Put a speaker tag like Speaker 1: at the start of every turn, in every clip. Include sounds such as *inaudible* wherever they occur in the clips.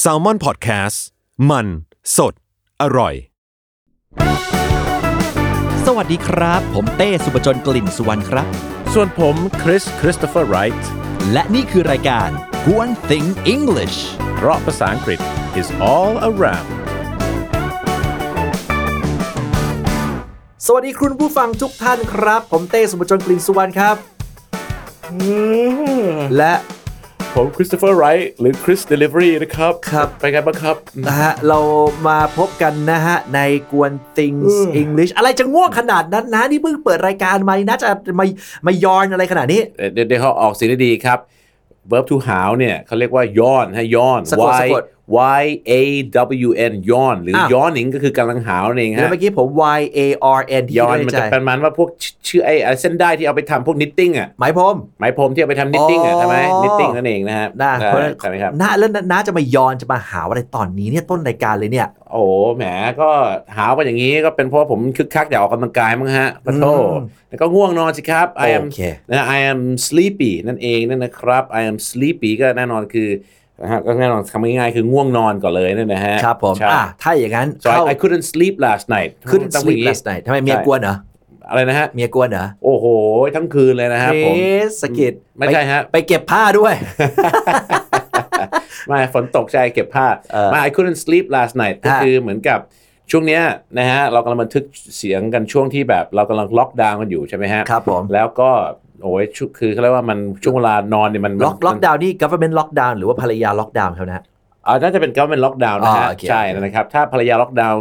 Speaker 1: แซลมอนพอดแคสต์มันสดอร่อย
Speaker 2: สวัสดีครับ ผมเต้สุปจนกลิ่นสุวรรณครับ
Speaker 3: ส่วนผมคริสคริสโตเฟอร์ไรท์
Speaker 2: และนี่คือรายการ g o n Thing English
Speaker 3: เพราะภาษาอังกฤษ is all around
Speaker 4: สวัสดีคุณผู้ฟังทุกท่านครับ ผมเต้สุปจนกลิ่นสุวรรณครับ และ
Speaker 3: ผมคริสโตเฟอร์ไรท์หรือคริสเดลิเวอรี่นะครับ
Speaker 4: ครับ
Speaker 3: ไปกันบ้างครับ
Speaker 4: นะฮะเรามาพบกันนะฮะ ในกวน things English อะไรจะง่วงขนาดนั้นนะ นี่เพิ่งเปิดรายการมานี่นะจะมามายอนอะไรขนาดนี้
Speaker 3: เอ่อเดี๋ยวเดี๋ยวเขาออกเสียงได้ดีครับ verb to how เนี่ยเขาเรียกว่าย้อนให้ย้อน
Speaker 4: สะกด
Speaker 3: y
Speaker 4: สะกด
Speaker 3: y a w n ย้อน หรืออ
Speaker 4: าว
Speaker 3: ย้อนหนิงก็คือกำลังหาวนั่นเอง
Speaker 4: แล้ว
Speaker 3: ฮะ
Speaker 4: เมื่อกี้ผม y a r n ที่
Speaker 3: ย้อน
Speaker 4: คิด
Speaker 3: มัน
Speaker 4: ไว้ใ
Speaker 3: จะประมาณว่าพวกชื่อไอ้อะไรเส้นได้ที่เอาไปทำพวกนิตติ้งอ่ะ
Speaker 4: หมายผม
Speaker 3: ไหมพรมที่เอาไปทำนิตติ้งอ่ะ
Speaker 4: อ๋อ
Speaker 3: ใช่ไหมนิตติ้งนั่นเองนะฮะ
Speaker 4: นะ
Speaker 3: ใช่
Speaker 4: เพราะฉะนั้น
Speaker 3: ใช่ไหมครับ
Speaker 4: น้าแล้วน้าจะมายอนจะมาหาอะไรตอนนี้เนี่ยต้นรายการเลยเนี่ย
Speaker 3: โอ้โหแหมก็หาวกันอย่างนี้ก็เป็นเพราะว่าผมคึกคักอยากออกกำลังกายมั้งฮะปะโท
Speaker 4: อืม
Speaker 3: แล้วก็ง่วงนอนสิครับ I am
Speaker 4: โอเค
Speaker 3: นะ I am sleepy นั่นเองนั่นนะครับ I am sleepy ก็แน่นอนคือนะฮะก็แน่นอนคำง่ายๆคือง่วงนอนก่อนเลยนั่นนะฮะ
Speaker 4: ครับผม
Speaker 3: ใช่
Speaker 4: อ่ะถ้าอย่างนั้น
Speaker 3: so I,
Speaker 4: เข้า
Speaker 3: I couldn't sleep last night
Speaker 4: ขึ้น
Speaker 3: ต้องเป็
Speaker 4: sleep
Speaker 3: อย่าง
Speaker 4: last night ทำไมเมียกวนเหรอ
Speaker 3: อะไรนะฮะ
Speaker 4: เมียกวนเหรอ
Speaker 3: โอ้โห ทั้งคืนเลยนะครับผม
Speaker 4: เอ๊ะสะกิด
Speaker 3: ไม่ใช่ฮะ
Speaker 4: ไปเก็บผ้าด้วย
Speaker 3: ไม่ฝนตกใจเก็บผ้า
Speaker 4: เออ
Speaker 3: มา I couldn't sleep last night ก็
Speaker 4: ฮะ
Speaker 3: คือเหมือนกับช่วงเนี้ยนะฮะเรากำลังบันทึกเสียงกันช่วงที่แบบเรากำลังล็อกดาวน์กันอยู่ใช่ไหมฮะ
Speaker 4: ครับผม
Speaker 3: แล้วก็โอ้ยชุคือเขาเรียกว่ามันช่วงเวลานอนเนี่ยมัน
Speaker 4: ล็อก
Speaker 3: มัน
Speaker 4: ล็อกดาวน์นี่ government ล็อกดาวน์หรือว่าภรรยาล็อกดาวน์เขานะ
Speaker 3: อ่าน่าจะเป็นก็เป็นล็อกดาวน์นะ
Speaker 4: อ๋
Speaker 3: ฮะ
Speaker 4: อโอเค
Speaker 3: ใช่
Speaker 4: โอเค
Speaker 3: นะครับ ถ้าภรรยาล็อกดาวน์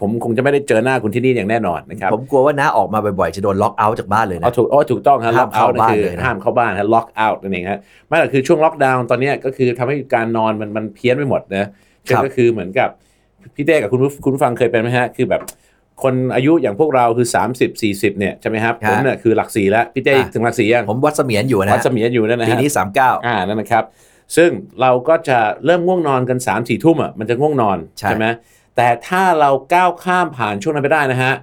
Speaker 3: ผมคงจะไม่ได้เจอหน้าคุณที่นี่อย่างแน่นอนนะครับ
Speaker 4: ผมกลัวว่าน้าออกมาบ่อยๆ จะโดนล็อกเอาท์จากบ้านเลยนะ
Speaker 3: เอาถูกเอาถูกต้องฮะล็
Speaker 4: ห้า
Speaker 3: อ
Speaker 4: ม
Speaker 3: กเอา
Speaker 4: เข้าบ้าน
Speaker 3: คือ
Speaker 4: เลยนะ
Speaker 3: ห้ามเข้าบ้านฮะล็อกเอานั่นเองฮะไม่หรอกคือช่วงล็อกดาวน์ตอนเนี้ยก็คือทำให้การนอนมันมันเพี้ยนไปหมดนะ ซึ่งก็คือเหมือนกับพี่เต้กับคุณผู้คุณผู้ฟังเคยเป็นไหมฮะ คือแบบ คนอายุอย่างพวกเราคือ 30 40 เนี่ยใช่ไหมครับ
Speaker 4: ค
Speaker 3: ผ
Speaker 4: รับ
Speaker 3: มเนี่ยคือหลักสี่แล้ว พี่เต้
Speaker 4: อ่ะ
Speaker 3: ถึงหลักสี่ยัง
Speaker 4: ผมวัดเสมียนอยู่นะ
Speaker 3: วัดเสมียนอยู่นั่นนะ
Speaker 4: ปี
Speaker 3: ฮะ
Speaker 4: นี้
Speaker 3: อ่านั่นนะครับ ซึ่งเราก็จะเริ่มง่วงนอนกัน3ามสี่ทุ่มอ่ะมันจะง่วงนอน
Speaker 4: ใช่
Speaker 3: ไหมแต่ถ้าเราก้าวข้ามผ่านช่วงนั้นไปได้นะฮะ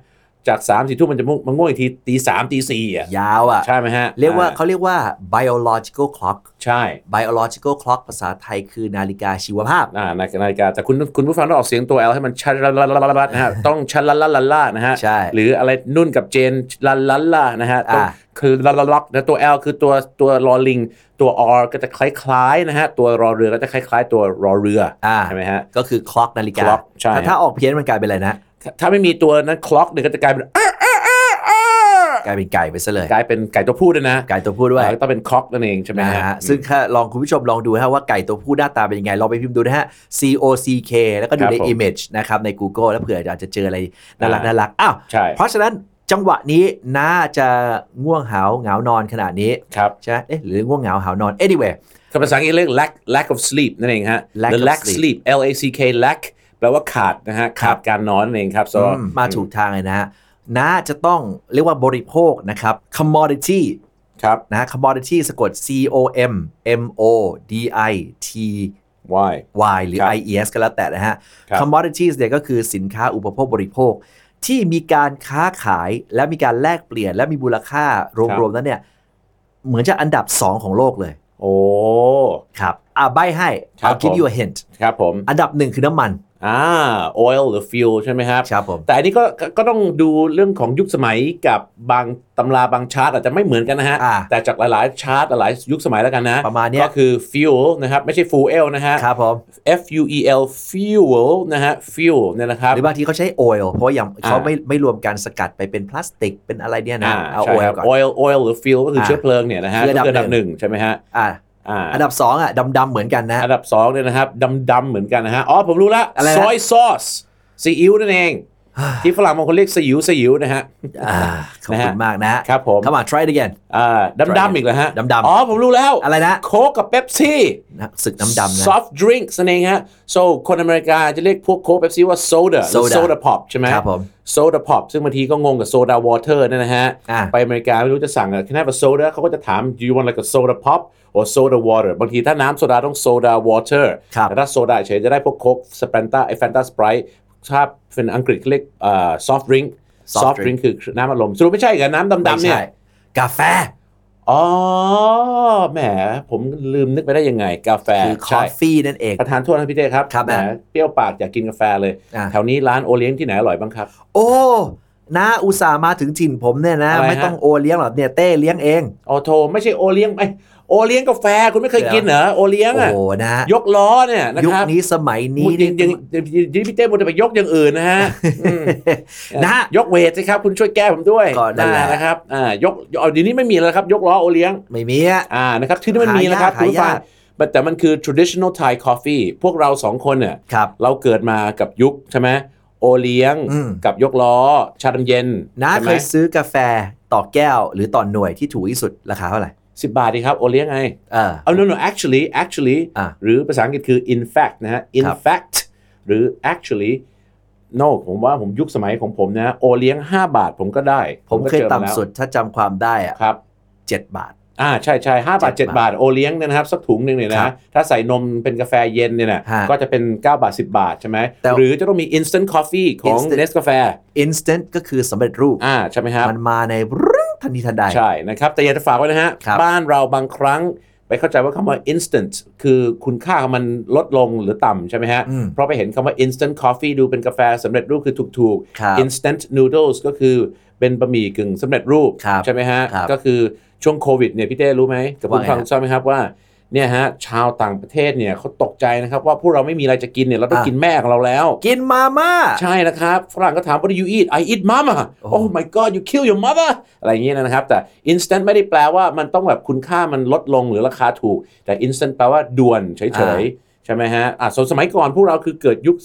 Speaker 3: จาก3ามสี่ทุ่มมันจะมันง่วงอีกทีตีสามตีสี่อ่ะ
Speaker 4: 39 ยาวอ่ะ
Speaker 3: ใช่ไหมฮะ
Speaker 4: เรียกว่า
Speaker 3: อ่
Speaker 4: เขาเรียกว่า biological clock
Speaker 3: ใช่
Speaker 4: biological clock ภาษาไทยคือนาฬิกาชีวภาพ
Speaker 3: อ่านาฬิกานาฬิกาแต่คุณคุณผู้ฟังต้องออกเสียงตัว L ให้มันชัลลาลาลานะฮะ ต้องชัลลาลาลานะฮะ
Speaker 4: ใช่
Speaker 3: หรืออะไรนุ่นกับเจนลาลาลานะฮะต้อง
Speaker 4: อ่า
Speaker 3: คือลาลาล็อกนะตัว L คือตัวตัวรอลิง ตัว R ก็จะคล้ายๆนะฮะตัวรอเรือก็จะคล้าย ๆ ตัวรอเรืออ
Speaker 4: อ่า
Speaker 3: ใช่ไหมฮะ
Speaker 4: ก็คือ clock นาฬิกา
Speaker 3: clock ใช่ฮะ
Speaker 4: แต่ถ้าออกเพี้ยนมันกลายเป็นอะไรนะ
Speaker 3: ถ้าถ้าไม่มีตัวนั้นคล็อกเนี่ยก็จะกลายเป็น
Speaker 4: กลายเป็นไก่ไปซะเลย
Speaker 3: กลายเป็นไก่ตัวผู้ด้วยนะ
Speaker 4: ไก่ตัวผู้ด้วย
Speaker 3: อ่าก็ต้องเป็นคล็อกนั่นเองใช่ไหม
Speaker 4: นะ
Speaker 3: ฮะ
Speaker 4: ฮะซึ่งถ้าลองคุณผู้ชมลองดูนะฮะว่าไก่ตัวผู้หน้าตาเป็นยังไง ลองไปพิมพ์ดูนะฮะ C O C K แล้วก็ดูใน image นะครับ ใน Google แล้วเผื่ออาจจะเจออะไรน่ารักน่ารักอ้าว
Speaker 3: ใช่
Speaker 4: เพราะฉะนั้นจังหวะนี้น่าจะง่วงหาวเหงานอนขนาดนี้
Speaker 3: ครับ
Speaker 4: ใช่ไหมเอ๊ะหรือง่วงเหงาหาวนอน anyway
Speaker 3: คำภาษาอังกฤษเรียก lack lack of sleep นั่นเองฮะ
Speaker 4: Lack
Speaker 3: the
Speaker 4: of
Speaker 3: lack sleep
Speaker 4: sleep
Speaker 3: L A C K lack แปลว่าขาดนะฮะ ขาดการนอนนั่นเองครับ so
Speaker 4: อืมมาถูกทางเลยนะฮะน่าจะต้องเรียกว่าบริโภคนะครับ commodity
Speaker 3: ครับ
Speaker 4: นะฮะ commodity สะกด C O M M O D I T
Speaker 3: why
Speaker 4: Y หรือ
Speaker 3: ครับ
Speaker 4: IES ก็แล้วแต่นะฮะ
Speaker 3: ครับ
Speaker 4: commodities เนี่ยก็คือสินค้าอุปโภคบริโภค ที่มีการค้าขายและมีการแลกเปลี่ยน และมีมูลค่ารวมๆนั้นเนี่ย เหมือนจะอันดับ 2 ของโลกเลย
Speaker 3: โอ้
Speaker 4: ครับอ่ะใบให้
Speaker 3: ครับ
Speaker 4: I'll give
Speaker 3: ผม
Speaker 4: you a hint
Speaker 3: ครับผม
Speaker 4: อันดับหนึ่งคือน้ำมัน
Speaker 3: อ่า oil หรือ fuel ใช่ไหมครับ
Speaker 4: ครับผม
Speaker 3: แต่อันนี้ก็ก็ก็ต้องดูเรื่องของยุคสมัยกับบางตำราบางชาร์ตอาจจะไม่เหมือนกันนะฮะ
Speaker 4: อ่า
Speaker 3: แต่จากหลายๆชาร์ตหลายๆยุคสมัยแล้วกันนะ
Speaker 4: ประมาณเนี้ย
Speaker 3: ก็คือ fuel นะครับ ไม่ใช่ fuel นะฮะ
Speaker 4: ครับผม
Speaker 3: F U E L fuel นะฮะ fuel เนี่ยนะครับ
Speaker 4: หรือบางทีเขาใช้ oil เพราะว่ายัง
Speaker 3: อ่า
Speaker 4: เขาไม่ไม่รวมการสกัดไปเป็นพลาสติกเป็นอะไรเนี่ยนะ
Speaker 3: อ่า
Speaker 4: เอา
Speaker 3: ใช่
Speaker 4: oil
Speaker 3: ครับ
Speaker 4: ก่อน
Speaker 3: oil oil หรือ fuel ก็คืออา เชื้อเพลิงเนี่ยนะฮะ
Speaker 4: คืออันดับ
Speaker 3: ก็
Speaker 4: หนึ่ง
Speaker 3: หนึ่งใช่ไหมฮะ
Speaker 4: อ่ะ
Speaker 3: อ่า
Speaker 4: อันดับ 2 อ่ะดำๆเหมือนกันนะ
Speaker 3: อันดับสองเนี่ยนะครับดำดำๆเหมือนกันนะฮะอ๋อผมรู้ละ
Speaker 4: อะไรนะ
Speaker 3: ซอยซอสซีอิ๊วนั่นเอง ที่ฝรั่งบางคนเรียกซีอิ๊วซีอิ๊วนะฮะ
Speaker 4: อ่าขอบคุณมากนะครับ
Speaker 3: ผม
Speaker 4: เข้ามา try it again
Speaker 3: อ่าดำดำๆอีกแล้วฮะ
Speaker 4: ดำๆ
Speaker 3: อ๋อผมรู้แล้ว
Speaker 4: อะไรนะ
Speaker 3: โค้กกับเป๊ปซี่
Speaker 4: นะศึกน้ำดำนะ
Speaker 3: ซอฟต์ดริงก์นั่นเองฮะ so คนอเมริกาจะเรียกพวกโค้กเป๊ปซี่ว่าโซดา
Speaker 4: Soda
Speaker 3: โซดาพอปใช่ไหม
Speaker 4: ครับผม
Speaker 3: โซดาพอปซึ่งบางทีก็งงกับโซดาวอเตอร์เนี่ยนะฮะ
Speaker 4: อ่า
Speaker 3: ไปอเมริกาไม่รู้จะสั่งอะ can I have a soda เขาก็จะถาม do you want like a soda pop or soda water บางทีถ้าน้ำโซดาต้อง soda water
Speaker 4: ครับ
Speaker 3: แต่ถ้าโซดาเฉยจะได้พวกโค้กสเปนต้าไอแฟนตาสปรายถ้าเป็นอังกฤษเขาเรียกเอ่อ soft drink
Speaker 4: Soft
Speaker 3: soft drink คือน้ำอารมณ์สรุปไม่ใช่กับน้ำดำๆ
Speaker 4: ไม่
Speaker 3: เนี่ย
Speaker 4: ใช่กาแฟ
Speaker 3: อ๋อแหมผมลืมนึกไปได้ยังไง กาแฟ
Speaker 4: คือคอ
Speaker 3: ใช่
Speaker 4: ฟฟี่นั่นเอง
Speaker 3: ประธานโทษนะพี่เต้ครับ
Speaker 4: ครับ
Speaker 3: แหมเปรี้ยวปากอยากกินกาแฟเลย
Speaker 4: อ่ะ
Speaker 3: แถวนี้ร้านโอเลี้ยงที่ไหนอร่อยบ้างครับ
Speaker 4: โอ้นาอุตส่าห์มาถึงจินผมเนี่ยนะ
Speaker 3: อะไรฮะ
Speaker 4: ไม่ต้องโอเลี้ยงหรอกเนี่ยเต้เลี้ยงเอง
Speaker 3: อ๋อโทไม่ใช่โอเลี้ยงไอยโอเลี้ยงกาแฟคุณไม่เคย
Speaker 4: เดี๋ยว
Speaker 3: กินเหรอโอเลี้ยงอ่ะ
Speaker 4: โอ้โหนะฮะ
Speaker 3: ยกล้อเนี่ยนะ
Speaker 4: ยุ
Speaker 3: ค
Speaker 4: ครับนี้สมัยนี้
Speaker 3: มุด
Speaker 4: นี่ *laughs*
Speaker 3: ยังยังยังพี่เต้มุดจะไปยกอย่างอื่นนะฮะอืม
Speaker 4: นะฮะ
Speaker 3: ยกเวทสิครับ คุณช่วยแก้ผมด้วย
Speaker 4: ก็นั่นแหละ
Speaker 3: อ่านะครับอ่ายกเอาเดี๋ยวนี้ไม่มีแล้วครับ ยกล้อโอเลี้ยง
Speaker 4: ไม่มีอะ
Speaker 3: อ่านะครับที่นี่มันมีนะครับ
Speaker 4: หายาก
Speaker 3: คุณผู้ฟัง
Speaker 4: หายาก
Speaker 3: แต่แต่มันคือ traditional Thai coffee พวกเราสองคนเนี่ย
Speaker 4: ครับ
Speaker 3: เราเกิดมากับยุคใช่ไหมโอเลี้ยง
Speaker 4: อืม
Speaker 3: กับยกล้อ ชาดำเย็น
Speaker 4: น้า
Speaker 3: ใช่ไห
Speaker 4: เค
Speaker 3: ม
Speaker 4: ยซื้อกาแฟต่อแก้วหรือต่อหน่วยที่ถูกที่สุดราคาเท่าไหร่
Speaker 3: สิบบาทดีครับ โอเลี้ยงไง
Speaker 4: เออ
Speaker 3: เอา no no actually actually
Speaker 4: อ่ะ
Speaker 3: หรือภาษาอังกฤษคือ in fact นะฮะ in
Speaker 4: ครับ
Speaker 3: fact หรือ actually no ผมว่าผมยุคสมัยของผมนะโอเลี้ยง 5 บาทผมก็ได้
Speaker 4: ผมเคย
Speaker 3: ก็จอมาแล้ว
Speaker 4: ต่ำสุดถ้าจำความได้อะ
Speaker 3: ครับ
Speaker 4: เจ็ดบาท
Speaker 3: อ่าใช่ใช่ห้าบาท
Speaker 4: เจ็
Speaker 3: เจ็ด
Speaker 4: ด
Speaker 3: บา
Speaker 4: บา
Speaker 3: ท
Speaker 4: ท
Speaker 3: โอเลี้ยงเนี่ยนะครับ สักถุงหนึ่งเนี่ย
Speaker 4: ครั
Speaker 3: นะ
Speaker 4: บ
Speaker 3: ถ้าใส่นมเป็นกาแฟเย็นเนี่ยนะ
Speaker 4: ฮะ
Speaker 3: ก็จะเป็น 9 บาท 10 บาทใช่ไหม
Speaker 4: แต่
Speaker 3: หรือจะต้องมี instant coffee ของ
Speaker 4: Instant
Speaker 3: Nescafe
Speaker 4: instant ก็คือสำเร็จรูป
Speaker 3: อ่าใช่ไหมครับ
Speaker 4: มันมาในรึ้งทันทีทันใด
Speaker 3: ใช่นะครับ แต่อยากจะฝากไว้นะฮะ
Speaker 4: ครับ
Speaker 3: บ้านเราบางครั้งไปเข้าใจว่าคำว่า instant คือคุณค่าของมันลดลงหรือต่ำใช่ไหมฮะ
Speaker 4: อืม
Speaker 3: เพราะไปเห็นคำว่า instant coffee ดูเป็นกาแฟสำเร็จรูปคือถูก
Speaker 4: ครับ
Speaker 3: instant noodles ก็คือเป็นบะหมี่กึ่งสำเร็จรูป
Speaker 4: ครับ
Speaker 3: ใช่ไหมฮะ
Speaker 4: ครับ
Speaker 3: ก็คือช่วงโควิดเนี่ยพี่เต้รู้ไหมกับคุณ
Speaker 4: ว่าไง
Speaker 3: ฟัง
Speaker 4: ฮะ
Speaker 3: ทราบไหมครับว่าเนี่ยฮะชาวต่างประเทศเนี่ยเขาตกใจนะครับว่าพวกเราไม่มีอะไรจะกินเนี่ยเราต้อง
Speaker 4: อ่ะ
Speaker 3: กินแม่ของเราแล้ว
Speaker 4: กินมาม่า
Speaker 3: ใช่นะครับฝรั่งก็ถาม what do you eat I eat mama
Speaker 4: โอ้
Speaker 3: oh my god you kill your mother อะไรอย่างเงี้ยนะครับ แต่ instant ไม่ได้แปลว่ามันต้องแบบคุณค่ามันลดลงหรือราคาถูก แต่ instant แปลว่าด่วนเฉยๆ ใช่ไหมฮะอ่ะส่วนสมัยก่อนพวกเราคือเกิดยุค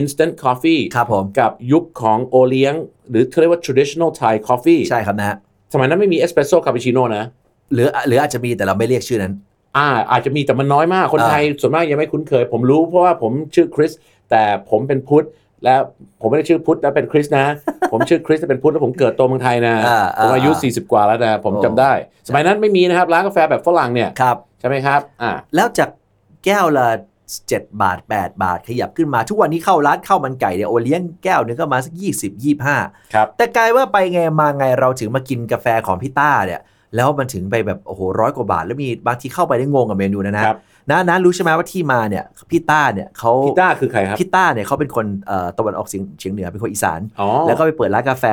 Speaker 3: instant coffee
Speaker 4: ครับผม
Speaker 3: กับยุคของโอเลี้ยง หรือเขาเรียกว่า traditional Thai coffee
Speaker 4: ใช่ครับนะฮะ
Speaker 3: สมัยนั้นไม่มีเอสเปรสโซ่คาปูชิโน่นะ
Speaker 4: หรือหรืออาจจะมีแต่เราไม่เรียกชื่อนั้น
Speaker 3: อ่าอาจจะมีแต่มันน้อยมากคน
Speaker 4: อ่า
Speaker 3: ไทยส่วนมากยังไม่คุ้นเคย ผมรู้เพราะว่าผมชื่อคริสแต่ผมเป็นพุทธและผมไม่ได้ชื่อพุทธแล้วเป็นคริส
Speaker 4: *laughs*
Speaker 3: นะ ผมชื่อคริสแต่เป็นพุทธแล้วผมเกิดโตเมืองไทยนะ
Speaker 4: อ่าอ่า
Speaker 3: ผมอายุ
Speaker 4: อ่า
Speaker 3: 40 กว่าแล้วนะผม
Speaker 4: โอ้
Speaker 3: จำได้ สมัยนั้นไม่มีนะครับร้านกาแฟแบบฝรั่งเนี่ย
Speaker 4: ครับ
Speaker 3: ใช่ไหมครับอ่า
Speaker 4: แล้วจากแก้วละ 7 บาท 8 บาทขยับขึ้นมา ทุกวันนี้เข้าร้านข้าวมันไก่เนี่ยโอเลี้ยงแก้วหนึงก็มาสัก 20 25
Speaker 3: ครับ
Speaker 4: แต่กลายว่าไปไงมาไงเราถึงมากินกาแฟของพี่ต้าเนี่ย แล้วมันถึงไปแบบโอ้โหร้อยกว่าบาท แล้วมีบางทีเข้าไปได้งงกับเมนูนะนะครับ นะนะรู้ใช่ไหมว่าที่มาเนี่ยพี่ต้าเนี่ยเขา
Speaker 3: พีต้าคือใครครับ
Speaker 4: พี่ต้าเนี่ยเขาเป็นคนเอ่อตะวันออกเฉียงเฉียงเหนือเป็นคนอีสาน
Speaker 3: อ๋อ
Speaker 4: แล้วก็ไปเปิดร้านกาแฟ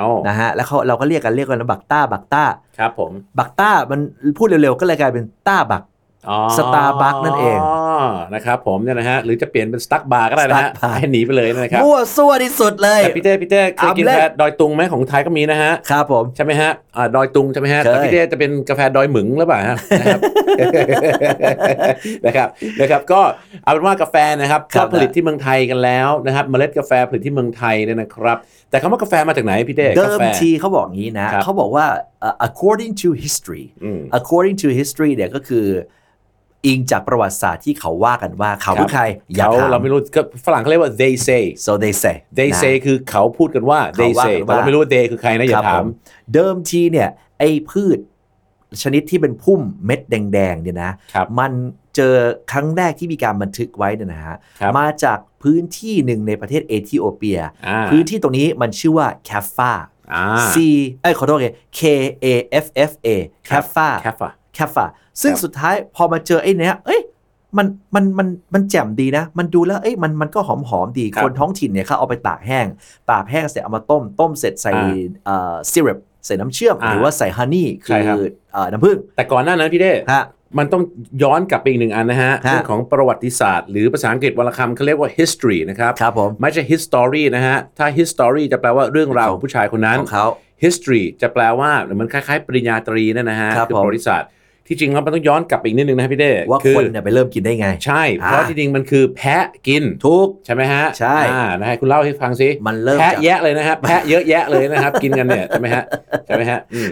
Speaker 3: อ๋อ
Speaker 4: นะฮะแล้วเขาเราก็เรียกกันเรียกกันว่าบักต้าบักต้า
Speaker 3: ครับผม
Speaker 4: บักต้ามันพูดเร็วๆ ก็เลยกลายเป็นต้าบัก
Speaker 3: อ๋อ
Speaker 4: Starbucks นั่นเอง
Speaker 3: นะครับผมเนี่ยนะฮะหรือจะเปลี่ยนเป็นสตั๊กบาร์ก็ได้นะฮะ
Speaker 4: Starbucks
Speaker 3: ให้หนีไปเลยนะครับ
Speaker 4: มั่วซั่วที่สุดเลย
Speaker 3: แต่พี่เต้พี่เต้เคยกิน
Speaker 4: เอาเลย
Speaker 3: กาแฟดอยตุงไหมของไทยก็มีนะฮะ
Speaker 4: ครับผม
Speaker 3: ใช่ไหมฮะอ่าดอยตุงใช่ไหมฮะ
Speaker 4: เคย
Speaker 3: แต่พี่เต้จะเป็นกาแฟดอยหมึงหรือเปล่าฮะนะครับ *laughs* นะครับ นะครับ ก็เอาเป็นว่ากาแฟนะครับ
Speaker 4: ครั
Speaker 3: ก็
Speaker 4: บ
Speaker 3: ผลิตที่เมืองไทยกันแล้วนะครับ เมล็ดกาแฟผลิตที่เมืองไทยเนี่ยนะครับ แต่คำว่ากาแฟมาจากไหนพี่เต้
Speaker 4: เดิ
Speaker 3: กาม แฟ
Speaker 4: ทีเขาบอกงี้นะครับ เขาบอกว่าเอ่อ according to history
Speaker 3: อืม
Speaker 4: according to history เนี่ยก็คืออิงจากประวัติศาสตร์ที่เขาว่ากันว่าเขา
Speaker 3: ครับ
Speaker 4: คือใครอย่า
Speaker 3: เขา
Speaker 4: ถาม
Speaker 3: เราไม่รู้ก็ฝรั่งเขาเรียกว่า they say
Speaker 4: so they say
Speaker 3: they
Speaker 4: นะ
Speaker 3: say คือเขาพูดกันว่า they
Speaker 4: เขาว่า
Speaker 3: say
Speaker 4: กันว่า
Speaker 3: แต่เราไม่รู้ว่า they คือใครนะอย่า
Speaker 4: ครั
Speaker 3: ถา
Speaker 4: บผม มเดิมทีเนี่ยไอ้พืชชนิดที่เป็นพุ่มเม็ดแดงๆเนี่ยนะ
Speaker 3: ครับ
Speaker 4: มันเจอครั้งแรกที่มีการบันทึกไว้เนี่ยนะฮะ
Speaker 3: ครับ
Speaker 4: มาจากพื้นที่หนึ่งในประเทศเอธิโอเปีย
Speaker 3: อ่า
Speaker 4: พื้นที่ตรงนี้มันชื่อว่าแคฟฟา
Speaker 3: อ่า
Speaker 4: C เอ้ยขอโทษเลย K A F F A แคฟฟา
Speaker 3: แคฟอะ
Speaker 4: แคฟฟาซึ่งสุดท้ายพอมาเจอไอ้เนี้ยเอ้ยมันมันมันมันแจ่มดีนะ มันดูแล้วเอ้ยมันมันก็หอมหอมๆดี คนท้องถิ่นเนี่ยเขาเอาไปตากแห้ง ตากแห้งเสร็จเอามาต้ม ต้มเสร็จใส่เอ่อซีรัปใส่น้ำเชื่อม หรือว่าใส่ฮันนี่คือเอ่อน้ำผึ้ง
Speaker 3: แต่ก่อนหน้านั้นพี่เต้
Speaker 4: ฮะ
Speaker 3: มันต้องย้อนกลับไปอีกหนึ่งอันนะฮะ
Speaker 4: ฮะ
Speaker 3: เรื่องของประวัติศาสตร์ หรือภาษาอังกฤษวรรณคำเขาเรียกว่า history นะครับ
Speaker 4: ครับผม
Speaker 3: ไม่ใช่ history นะฮะ ถ้า history จะแปลว่าเรื่องราวของผู้ชายคนนั้น
Speaker 4: ของเขา
Speaker 3: history จะแปลว่าหรือมันคล้ายๆ ปริญญาตรีนั่นนะฮะ
Speaker 4: ครับ
Speaker 3: คือ
Speaker 4: ผม
Speaker 3: ประวัติศาสตร์ ที่จริงแล้วมันต้องย้อนกลับไปอีกนิดนึงนะฮะพี่เด้
Speaker 4: ว่า
Speaker 3: อ
Speaker 4: คนเนี่ยไปเริ่มกินได้ไง
Speaker 3: ใช่ เพราะ
Speaker 4: อ่า
Speaker 3: ที่จริงมันคือแพะกิน
Speaker 4: ทุก
Speaker 3: ใช่ไหมฮะ
Speaker 4: ใช่
Speaker 3: อ่านะฮะคุณเล่าให้ฟังสิ
Speaker 4: มันเริ่ม
Speaker 3: แพะ
Speaker 4: จาก
Speaker 3: แยะเลยนะฮะแพะเยอะแยะเลย
Speaker 4: *laughs*
Speaker 3: นะครับ กินกันเนี่ยใช่ไหมฮะใช่ไหมฮะอืม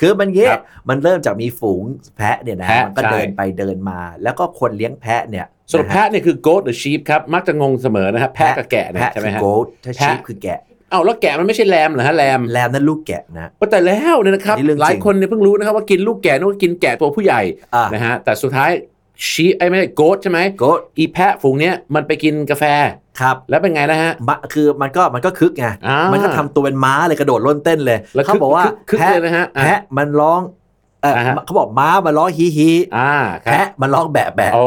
Speaker 4: คือมันเงี้
Speaker 3: ค
Speaker 4: ย
Speaker 3: รับ
Speaker 4: มันเริ่มจากมีฝูงแพะเนี่ยนะ
Speaker 3: แพะ
Speaker 4: มันก็
Speaker 3: ใช่
Speaker 4: เดินไปเดินมา แล้วก็คนเลี้ยงแพะเนี่ย
Speaker 3: สรุป
Speaker 4: นฮ
Speaker 3: แพะเนี่ยคือ goat หรือ sheep ครับมักจะงงเสมอนะครับแพะกับแกะเนี่ย
Speaker 4: แพะ
Speaker 3: ใช่ไหม
Speaker 4: คือ
Speaker 3: ฮะ
Speaker 4: โกดถ้า
Speaker 3: แพะ
Speaker 4: ชีพคือแกะ
Speaker 3: เอ้าแล้วแกะมันไม่ใช่แรมเหรอฮะแรม
Speaker 4: แลมนั่นลูกแกะนะ
Speaker 3: ว่าแต่แล้วเนี่ยนะครับ
Speaker 4: อันนี้เรื่องจริง
Speaker 3: หลายคนเนี่ยเพิ่งรู้นะครับว่ากินลูกแกะนึกว่ากินแกะตัวผู้ใหญ่
Speaker 4: อ่ะ
Speaker 3: นะฮะแต่สุดท้ายชีไอ้ยไม่ใช่โกดใช่ไหม
Speaker 4: โกด
Speaker 3: อีแพะฝูงเนี้ยมันไปกินกาแฟ
Speaker 4: ครับ
Speaker 3: แล้วเป็นไงนะฮะ
Speaker 4: มะคือมันก็มันก็คึกไง
Speaker 3: อ่ามั
Speaker 4: มันก็ทำตัวเป็นม้าเลยกระโดดโล้นเต้นเลย
Speaker 3: แล้วคึก
Speaker 4: เขาบอกว่า
Speaker 3: คึกคึกเลยนะฮะอ่ะ
Speaker 4: แพะมันร้อง เออ
Speaker 3: นะฮะ
Speaker 4: เขาบอกม้ามาล้อฮีฮี
Speaker 3: อ่าครับ
Speaker 4: แพะมาล้อแบะแบะ
Speaker 3: โอ้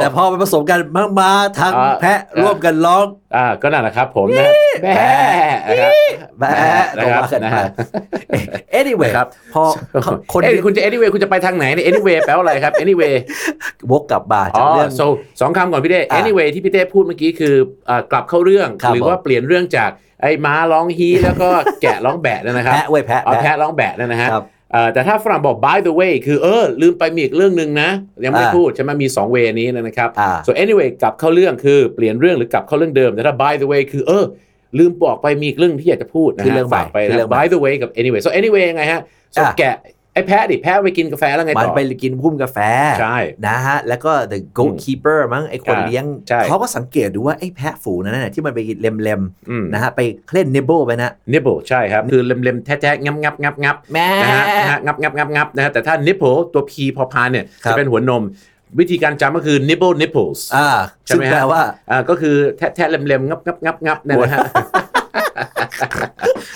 Speaker 4: แต่พอมันผสมกันม้าม้าทั้ง
Speaker 3: อ่า
Speaker 4: แพะร่วมกันร้อง
Speaker 3: อ่าก็นั่นแหละครับผมนะแม่นะครับ
Speaker 4: แบะตรงมากัน
Speaker 3: นะ
Speaker 4: ไป
Speaker 3: ฮะ
Speaker 4: เอ็ดดี้เว
Speaker 3: นะครับ
Speaker 4: พอค
Speaker 3: คน
Speaker 4: น
Speaker 3: เอ้ยคุณจะ anyway คุณจะไปทางไหนเนี่ย anyway แปลว่าอะไรครับ anyway
Speaker 4: วกกลับมา
Speaker 3: อ๋
Speaker 4: จาก
Speaker 3: อ
Speaker 4: เรื่อง
Speaker 3: so สองคำก่อนพี่เต้
Speaker 4: อ่ะ
Speaker 3: anyway ที่พี่เต้พูดเมื่อกี้คืออ่ากลับเข้าเรื่อง
Speaker 4: ครับ
Speaker 3: หรือ
Speaker 4: ผม
Speaker 3: ว่าเปลี่ยนเรื่องจากไอ้ม้าร้องฮีแล้วก็แกะร้องแบะเนย
Speaker 4: *laughs*
Speaker 3: นะครับ
Speaker 4: แพะเว้ยแพะ
Speaker 3: เอา
Speaker 4: แพะ
Speaker 3: แพะร้องแบะเนยนะฮะ
Speaker 4: ครับ
Speaker 3: เอ่อแต่ถ้าฝรั่งบอก by the way คือเออ ลืมไปมีอีกเรื่องหนึ่งนะ ยังไม่
Speaker 4: อ่ะ
Speaker 3: พูดใช่ไหมมี 2 เวนี้นะครับ
Speaker 4: อ่า
Speaker 3: so anyway กลับเข้าเรื่องคือเปลี่ยนเรื่องหรือกลับเข้าเรื่องเดิมแต่ถ้า by the way คือเออ ลืมบอกไปมีอีกเรื่องที่อยากจะพูดนะ
Speaker 4: คือ
Speaker 3: ฮะ
Speaker 4: เรื่องใหม่
Speaker 3: ฝากไป
Speaker 4: คือเรื่
Speaker 3: นะ
Speaker 4: องใหม่
Speaker 3: by the way กับ anyway so anyway ยังไงฮะ so
Speaker 4: อ่ะ
Speaker 3: แกะไอ้แพะดิแพะไปกินกาแฟแล้วไง
Speaker 4: มัน
Speaker 3: ต่อ
Speaker 4: ไปกินพุ่มกาแฟ
Speaker 3: ใช่
Speaker 4: นะฮะ แล้วก็ the goalkeeper มั้งไอ้คน
Speaker 3: อ่า
Speaker 4: เลี้ยง
Speaker 3: ใช่
Speaker 4: เขาก็สังเกตดูว่า ไอ้แพะฝูนั้นน่ะที่มันไปเล็ม
Speaker 3: อืม
Speaker 4: ๆนะฮะ ไปเขาเล่น nibble ไปนะ
Speaker 3: nibble ใช่ครับ คือเล็มๆแท้ๆงับงับงับงับ
Speaker 4: แม่
Speaker 3: นะฮะนะฮะงับงับงับงับนะฮะแต่ถ้า nipple ตัว p พอพานเนี่ย
Speaker 4: ครับ
Speaker 3: จะเป็นหัวนม วิธีการจำก็คือ nibble nipples
Speaker 4: อ่า
Speaker 3: ใช่
Speaker 4: ซึ่ง
Speaker 3: ไหมฮะ
Speaker 4: แปลว่า
Speaker 3: อ่าก็คือแท้ๆเล็มๆงับงับงับงับเนี่ยนะฮะ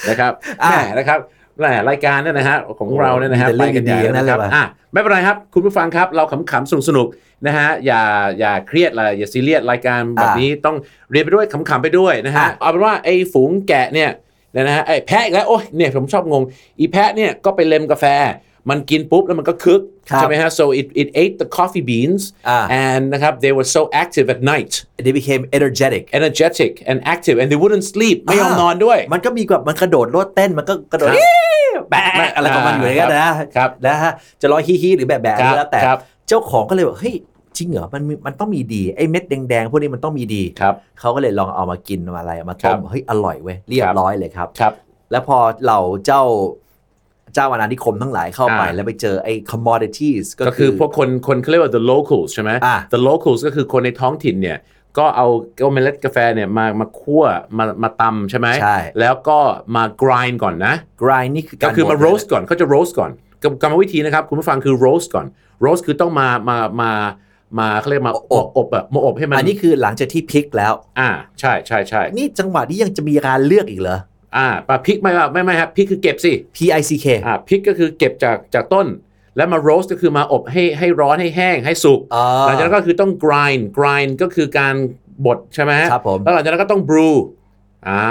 Speaker 3: นะครับ
Speaker 4: อ่ะ
Speaker 3: แหม่นะครับแหม่รายการเนี่ยนะฮะของ
Speaker 4: โอ้
Speaker 3: เราเนี่ยนะฮะ
Speaker 4: มีแต่เรื่อง
Speaker 3: ไปกัใหญ่
Speaker 4: ดีๆทั้งนั้นเลย
Speaker 3: ะครับ
Speaker 4: ว่ะ
Speaker 3: อ่ะไม่เป็นไรครับ คุณผู้ฟังครับ เราขำๆสนุกๆนะฮะอย่าอย่าเครียดเลยอย่าซีเรียสรายการแบบนี้ต้องเรียนไปด้วยขำๆไปด้วยนะฮะเอาเป็นว่าไอ้ฝูงแกะเนี่ย นะนะฮะไอ้แพะอีกแล้วโอ้ยเนี่ยผมชอบงง อีแพะเนี่ยก็ไปเล็มกาแฟ มันกินปุ๊บ แล้วมันก็คึก
Speaker 4: ครับ
Speaker 3: ใช่ไหมฮะ so it it ate the coffee beans
Speaker 4: อ่า
Speaker 3: and นะครับ they were so active at night
Speaker 4: they became energetic
Speaker 3: energetic and active and they wouldn't sleep ไม่ยอม
Speaker 4: อ่าน น
Speaker 3: อนด้วย
Speaker 4: มันก็มีแบบมันกระโดดโลดเต้นมันก็กระโดด
Speaker 3: ครับ
Speaker 4: เอ๊ะแบะ
Speaker 3: ไม่
Speaker 4: อะไรของมันอยู่อย่างนั้นนะครับนะฮะจะร้อยฮีฮีหรือแบะแบะ
Speaker 3: ครับ
Speaker 4: แล้วแต่
Speaker 3: ครับ
Speaker 4: เจ้าของก็เลยบอกเฮ้ยจริงเหรอมันมีมันต้องมีดีไอ้เม็ดแดงๆพวกนี้มันต้องมีดี
Speaker 3: ครับ
Speaker 4: เขาก็เลยลองเอามากินมาอะไรเอามา
Speaker 3: ค
Speaker 4: ต้
Speaker 3: รั
Speaker 4: ม
Speaker 3: บ
Speaker 4: เฮ้ยอร่อยเว้ยเรีย
Speaker 3: ค
Speaker 4: บ
Speaker 3: รับ
Speaker 4: ร้อยเลยครับ
Speaker 3: ครับ
Speaker 4: แล้วพอเราเจ้าเจ้าอาณานิคมทั้งหลายเข้าไป
Speaker 3: อ่า
Speaker 4: แล้วไปเจอไอ้ commodities ก็
Speaker 3: ก็
Speaker 4: คื
Speaker 3: คือ อพวกคนคนเขาเรียกว่า the locals ใช่ไหม
Speaker 4: อ่ะ
Speaker 3: the locals ก็คือคนในท้องถิ่นเนี่ย ก็เอาเอาเมล็ดกาแฟเนี่ยมามาคั่วมามาตำใช่ไหม
Speaker 4: ใช่
Speaker 3: แล้วก็มา grind ก่อนนะ
Speaker 4: grind นี่คือ
Speaker 3: ก็
Speaker 4: การ
Speaker 3: คือมา
Speaker 4: บด
Speaker 3: โรสก่อนเขาจะโรสก่อนกรรมกรรมวิธีนะครับ คุณผู้ฟังคือโรสก่อนโรสคือต้องมามามามาเขาเรียกมาอบอบอะมาอบให้มัน
Speaker 4: อันนี้คือหลังจากที่พลิกแล้ว
Speaker 3: อ่าใช่ใช่ใช่
Speaker 4: นี่จังหวะนี้ยังจะมีการเลือกอีกเหรอ
Speaker 3: อ่าปลาพริกไม่ว่าไม่ไม่ครับพริกคือเก็บสิ
Speaker 4: P I C K
Speaker 3: อ่าพริกก็คือเก็บจากจากต้น แล้วมาโรสก็คือมาอบให้ให้ร้อนให้แห้งให้สุก
Speaker 4: อ่า
Speaker 3: หลังจากนั้นก็คือต้อง grind grind ก็คือการบดใช่ไหม
Speaker 4: ครับผม
Speaker 3: แล้วหลังจากนั้นก็ต้อง brew อ่า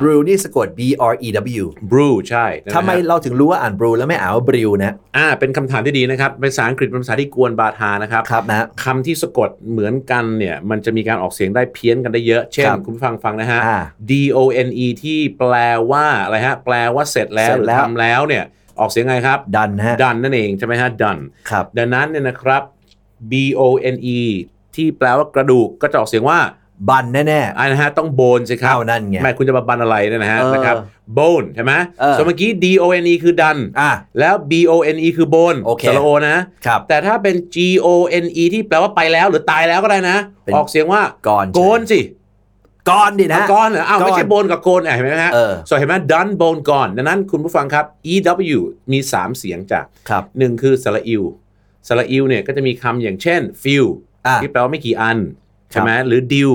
Speaker 4: brew นี่สะกด B R E W
Speaker 3: brew ใช่นะครับ
Speaker 4: ทำไมเราถึงรู้ว่าอ่าน brew แล้วไม่อ่านว่า brew นะ
Speaker 3: อ่าเป็นคำถามที่ดีนะครับเป็นภาษาอังกฤษเป็นภาษาที่กวนบาทานะครับ
Speaker 4: ครับนะ
Speaker 3: คำที่สะกดเหมือนกันเนี่ย มันจะมีการออกเสียงได้เพี้ยนกันได้เยอะ เช่น
Speaker 4: ครับ
Speaker 3: คุณผู้ฟังฟังนะฮะ
Speaker 4: อ่า
Speaker 3: D O N E ที่แปลว่าอะไรฮะ แปลว่าเสร็จแล้ว
Speaker 4: เสร็
Speaker 3: ห
Speaker 4: จ
Speaker 3: รือ
Speaker 4: แล้ว
Speaker 3: ทำแล้วเนี่ย ออกเสียงไงครับ
Speaker 4: ดันฮะ
Speaker 3: done นั่นเองใช่ไหมฮะ done
Speaker 4: ครับ
Speaker 3: ดังนั้นเนี่ยนะครับ B O N E ที่แปลว่ากระดูกก็จะออกเสียงว่า
Speaker 4: บันแน่
Speaker 3: อันนะฮะต้องโบนสิ
Speaker 4: ๆ
Speaker 3: ครับ
Speaker 4: เข้านั่นไง
Speaker 3: ไม่คุณจะมาบันอะไรเนี่ยนะฮะ
Speaker 4: เออ
Speaker 3: นะครับโบนใช่ไหม
Speaker 4: เออ
Speaker 3: ส่วนเมื่อกี้ D O N E คือดัน
Speaker 4: อ่ะ
Speaker 3: แล้ว B O N E คือโบน
Speaker 4: โอเค
Speaker 3: สระโอนะ
Speaker 4: ครับ
Speaker 3: แต่ถ้าเป็น G O N E ที่แปลว่าไปแล้วหรือตายแล้วก็ได้นะ
Speaker 4: เป็น
Speaker 3: ออกเสียงว่า
Speaker 4: ก่อน
Speaker 3: โกนสิ
Speaker 4: ก่อนดินะ
Speaker 3: ก้อนเหรออ้าวไม่
Speaker 4: ก้อน
Speaker 3: ใช่โบนกับโกนอ่ะเห็นไหมฮะ
Speaker 4: เออ
Speaker 3: ส่วนเห็นไหมดันโบนก่อนดังนั้นคุณผู้ฟังครับ E W มี 3 เสียงจาก
Speaker 4: ครับ
Speaker 3: หนึ่งคือสระอิวสระอิวเนี่ยก็จะมีคำอย่างเช่น few
Speaker 4: อ่ะ
Speaker 3: ที่แปลว่าไม่กี่อัน ใช่ไหมหรือดิว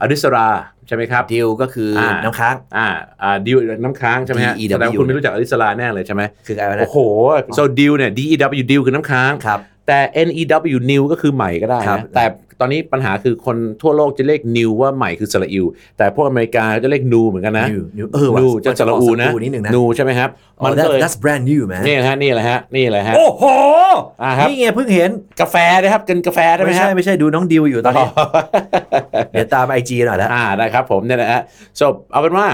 Speaker 3: อริสรา ใช่ไหมครับ
Speaker 4: ดิวก็คืออา น้ำค้าง
Speaker 3: อ่าอ่าดิวน้ำค้างใช่ไหมฮะ
Speaker 4: DEW
Speaker 3: แสดงว่าคุณไม่รู้จักอริสราแน่เลยใช่ไหม
Speaker 4: คืออะไรนะ
Speaker 3: โอ้โห so ดิวเนี่ย D E W ดิวคือน้ำค้าง
Speaker 4: ครับ
Speaker 3: แต่ NEW new ก็คือใหม่ก็ได้
Speaker 4: ครับ
Speaker 3: นะ แต่ตอนนี้ปัญหาคือคนทั่วโลกจะเรียก new ว่าใหม่คือสระอิว แต่พวกอเมริกาจะเรียก new เหมือนกันนะ
Speaker 4: new new เออว่ะ
Speaker 3: new จะสระอูนะ
Speaker 4: นิดนึงนะ
Speaker 3: new ใช่ไหมครับ
Speaker 4: มั
Speaker 3: มัน น
Speaker 4: ก็
Speaker 3: ก็เลย
Speaker 4: that's brand new man
Speaker 3: นี่แหละฮะ นี่แหละฮะ นี่แหละฮะ
Speaker 4: โอ้โห
Speaker 3: อ่ะครับ
Speaker 4: นี่ไงเพิ่งเห็น
Speaker 3: กาแฟนะครับกินกาแฟได้ไหม
Speaker 4: ไม่ใช่
Speaker 3: ฮะ
Speaker 4: ไม่ใช่ดูน้องดิวอยู่ตอนนี้ เดี๋ยวตามไอจีหน่อยแล้ว
Speaker 3: อ่าได้ครับผมเนี่ยนะฮะ so เอาเป็นว่า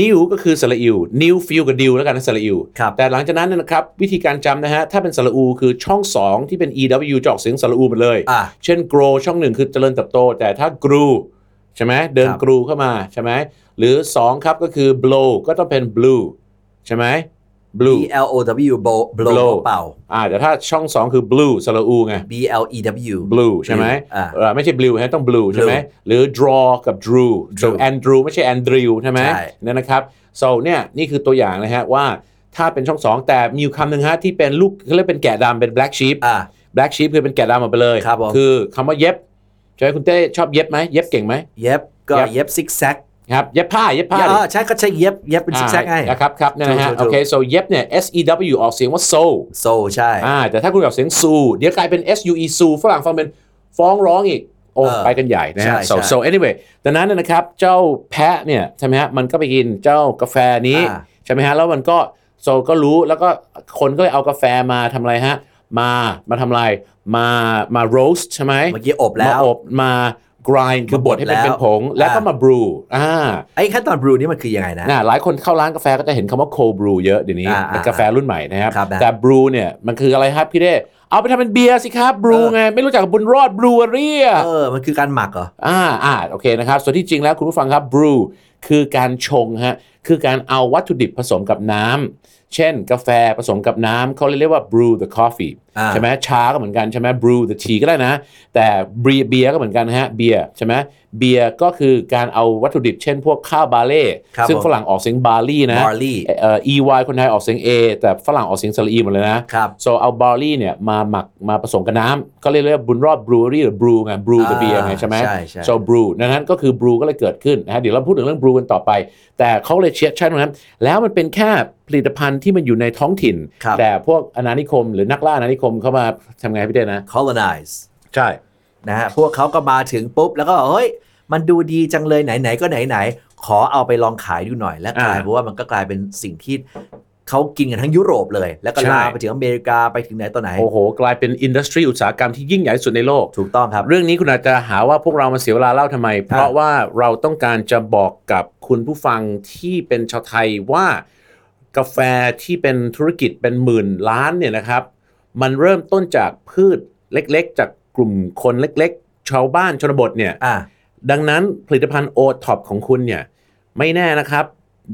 Speaker 3: new ก็คือสระอิว new feel กับ deal แล้วกันนะสระอิว
Speaker 4: ครับ
Speaker 3: แต่หลังจากนั้นเนยนะครับ วิธีการจำนะฮะ ถ้าเป็นสระอูคือช่อง 2 ที่เป็น EW จะออกเสียงสระอูหมดเลย
Speaker 4: อ่ะ
Speaker 3: เช่น grow ช่องหนึ่งคือเจริญเติบโต แต่ถ้า grew ใช่ไหมเดิน
Speaker 4: ครับ
Speaker 3: grew เข้ามาใช่ไหมหรือ 2 ครับก็คือ blow ก็ต้องเป็น blue ใช่ไหม
Speaker 4: B
Speaker 3: blue
Speaker 4: L O W blow blow
Speaker 3: blow
Speaker 4: เป่า
Speaker 3: อ่าแต่ถ้าช่อง 2 คือ blue สระอูไง
Speaker 4: B L E W
Speaker 3: blue ใช่ไหม
Speaker 4: อ่ะ
Speaker 3: เอ่อไม่ใช่ blue ฮะต้อง blue ใช่ไหม หรือ draw กับ drew
Speaker 4: drew
Speaker 3: andrew ไม่ใช่ andrew ใช่ไหม
Speaker 4: ใช่
Speaker 3: นั่นนะครับ so เนี่ยนี่คือตัวอย่างนะฮะว่าถ้าเป็นช่อง 2 แต่มีอยู่คำหนึ่งฮะที่เป็นลูกเขาเรียกเป็นแกะดำเป็น black sheep
Speaker 4: อ่ะ
Speaker 3: black sheep คือเป็นแกะดำออกไปเลย
Speaker 4: ครับผม
Speaker 3: อคำว่าเย็บใช่ไหมคุณเต้ชอบเย็บไหมเย็บเก่งไหม
Speaker 4: เย็บก็
Speaker 3: เย็บ
Speaker 4: เย็บซิกแซก
Speaker 3: ครับเย็บผ้าเย็บผ้า
Speaker 4: เออใช่ก็ใช้เย็บเย็บเป็นซิกแซกให้
Speaker 3: อ่านะครับครับนั่นนะฮะ
Speaker 4: ถูกๆๆ
Speaker 3: โอเค so เย็บเนี่ย S E W ออกเสียงว่า so
Speaker 4: โซใช่
Speaker 3: อ่าแต่ถ้าคุณออกเสียงซูเดี๋ยวกลายเป็น S U E ซูฝรั่งฟังเป็นฟ้องร้องอีก โอ้
Speaker 4: เออ
Speaker 3: ไปกันใหญ่นะฮะ
Speaker 4: ใช่
Speaker 3: so
Speaker 4: ใช่
Speaker 3: so anyway ดังนั้นนะนะครับ เจ้าแพะเนี่ยใช่ไหมฮะมันก็ไปกินเจ้ากาแฟนี้
Speaker 4: อ่า
Speaker 3: ใช่ไหมฮะ แล้วมันก็ so ก็รู้แล้วก็คนก็เลยเอากาแฟมาทำอะไรฮะ มามาทำอะไรมามา roast ใช่ไหม
Speaker 4: เมื่อกี้อบแล้ว
Speaker 3: มาอบมา grind คือบดให้มัน
Speaker 4: บดแล้ว
Speaker 3: เป็นผง แล้วก็
Speaker 4: อ่าม
Speaker 3: มา brew อ่า
Speaker 4: ไอ้ขั้นตอนบรูนี่มันคือยังไงนะ
Speaker 3: น่ะหลายคนเข้าร้านกาแฟก็จะเห็นคำว่า cold brew เยอะเดี๋ยวนี้
Speaker 4: อ่า
Speaker 3: เป็นกาแฟรุ่นใหม่นะครับ
Speaker 4: ครับนะ
Speaker 3: แต่ brew เนี่ยมันคืออะไรครับพี่เด้เอาไปทำเป็นเบียร์สิครับ brew
Speaker 4: เออ
Speaker 3: ไง ไม่รู้จักกับบุญรอด brewery อะ
Speaker 4: เออ มันคือการหมักเหรอ
Speaker 3: อ่าอ่าโอเคนะครับ ส่วนที่จริงแล้วคุณผู้ฟังครับ brew คือการชงฮะ คือการเอาวัตถุดิบผสมกับน้ำเช่น กาแฟผสมกับน้ำเขาเรียกว่า brew the coffee
Speaker 4: อ่า
Speaker 3: ใช่ไหมชาก็เหมือนกันใช่ไหม brew the tea ก็ได้นะ แต่เบียร์เบียร์ก็เหมือนกันนะฮะเบียร์ใช่ไหมเบียร์ก็คือการเอาวัตถุดิบเช่นพวกข้าวบาเล่
Speaker 4: ครับ
Speaker 3: ซึ่ง
Speaker 4: ผม
Speaker 3: ฝรั่งออกเสียงบาลี่นะ
Speaker 4: barley
Speaker 3: เอ่อ ey คนไทยออกเสียง a แต่ฝรั่งออกเสียงสระอีหมดเลยนะ
Speaker 4: ครับ
Speaker 3: so เอาบาลี่เนี่ยมาหมักมาผสมกับน้ำก็เรียกว่าบุญรอด brewery หรือ brew ไง brew the
Speaker 4: อ่า
Speaker 3: beer ไงใช่ไหม
Speaker 4: ใช่ใช่
Speaker 3: so brew ดังนั้นก็คือ brew ก็เลยเกิดขึ้นนะฮะเดี๋ยวเราพูดถึงเรื่อง brew กันต่อไป แต่เขาเลยเชียร์ใช่ตรงนั้น แล้วมันเป็นแค่ผลิตภัณฑ์ที่มันอยู่ในท้องถิ่น
Speaker 4: ครับ
Speaker 3: แต่พวกอนานิคม หรือนักล่าอนานิคมเข้ามาทำไงพี่เต้นะ
Speaker 4: colonize
Speaker 3: ใช่
Speaker 4: นะฮะ พวกเขาก็มาถึงปุ๊บ แล้วก็เฮ้ย มันดูดีจังเลยไหน ๆ ก็ไหน ๆ ขอเอาไปลองขายดูหน่อย และกลาย
Speaker 3: อ่า
Speaker 4: เพราะว่ามันก็กลายเป็นสิ่งที่เขากินกันทั้งยุโรปเลย แล้วก็
Speaker 3: ใช่
Speaker 4: ลามไปถึงอเมริกาไปถึงไหนต่อไหน
Speaker 3: โอ้โห กลายเป็นอินดัสทรีอุตสาหกรรมที่ยิ่งใหญ่ที่สุดในโลก
Speaker 4: ถูกต้องครับ
Speaker 3: เรื่องนี้คุณอาจจะหาว่าพวกเรามาเสียเวลาเล่าทำไม เพราะว่าเราต้องการจะบอกกับคุณผู้ฟังที่เป็นชาวไทยว่า กาแฟที่เป็นธุรกิจเป็นหมื่นล้านเนี่ยนะครับ มันเริ่มต้นจากพืชเล็กๆ จากกลุ่มคนเล็กๆ ชาวบ้านชนบทเนี่ย
Speaker 4: อ่า
Speaker 3: ดังนั้นผลิตภัณฑ์โอท็อปของคุณเนี่ยไม่แน่นะครับ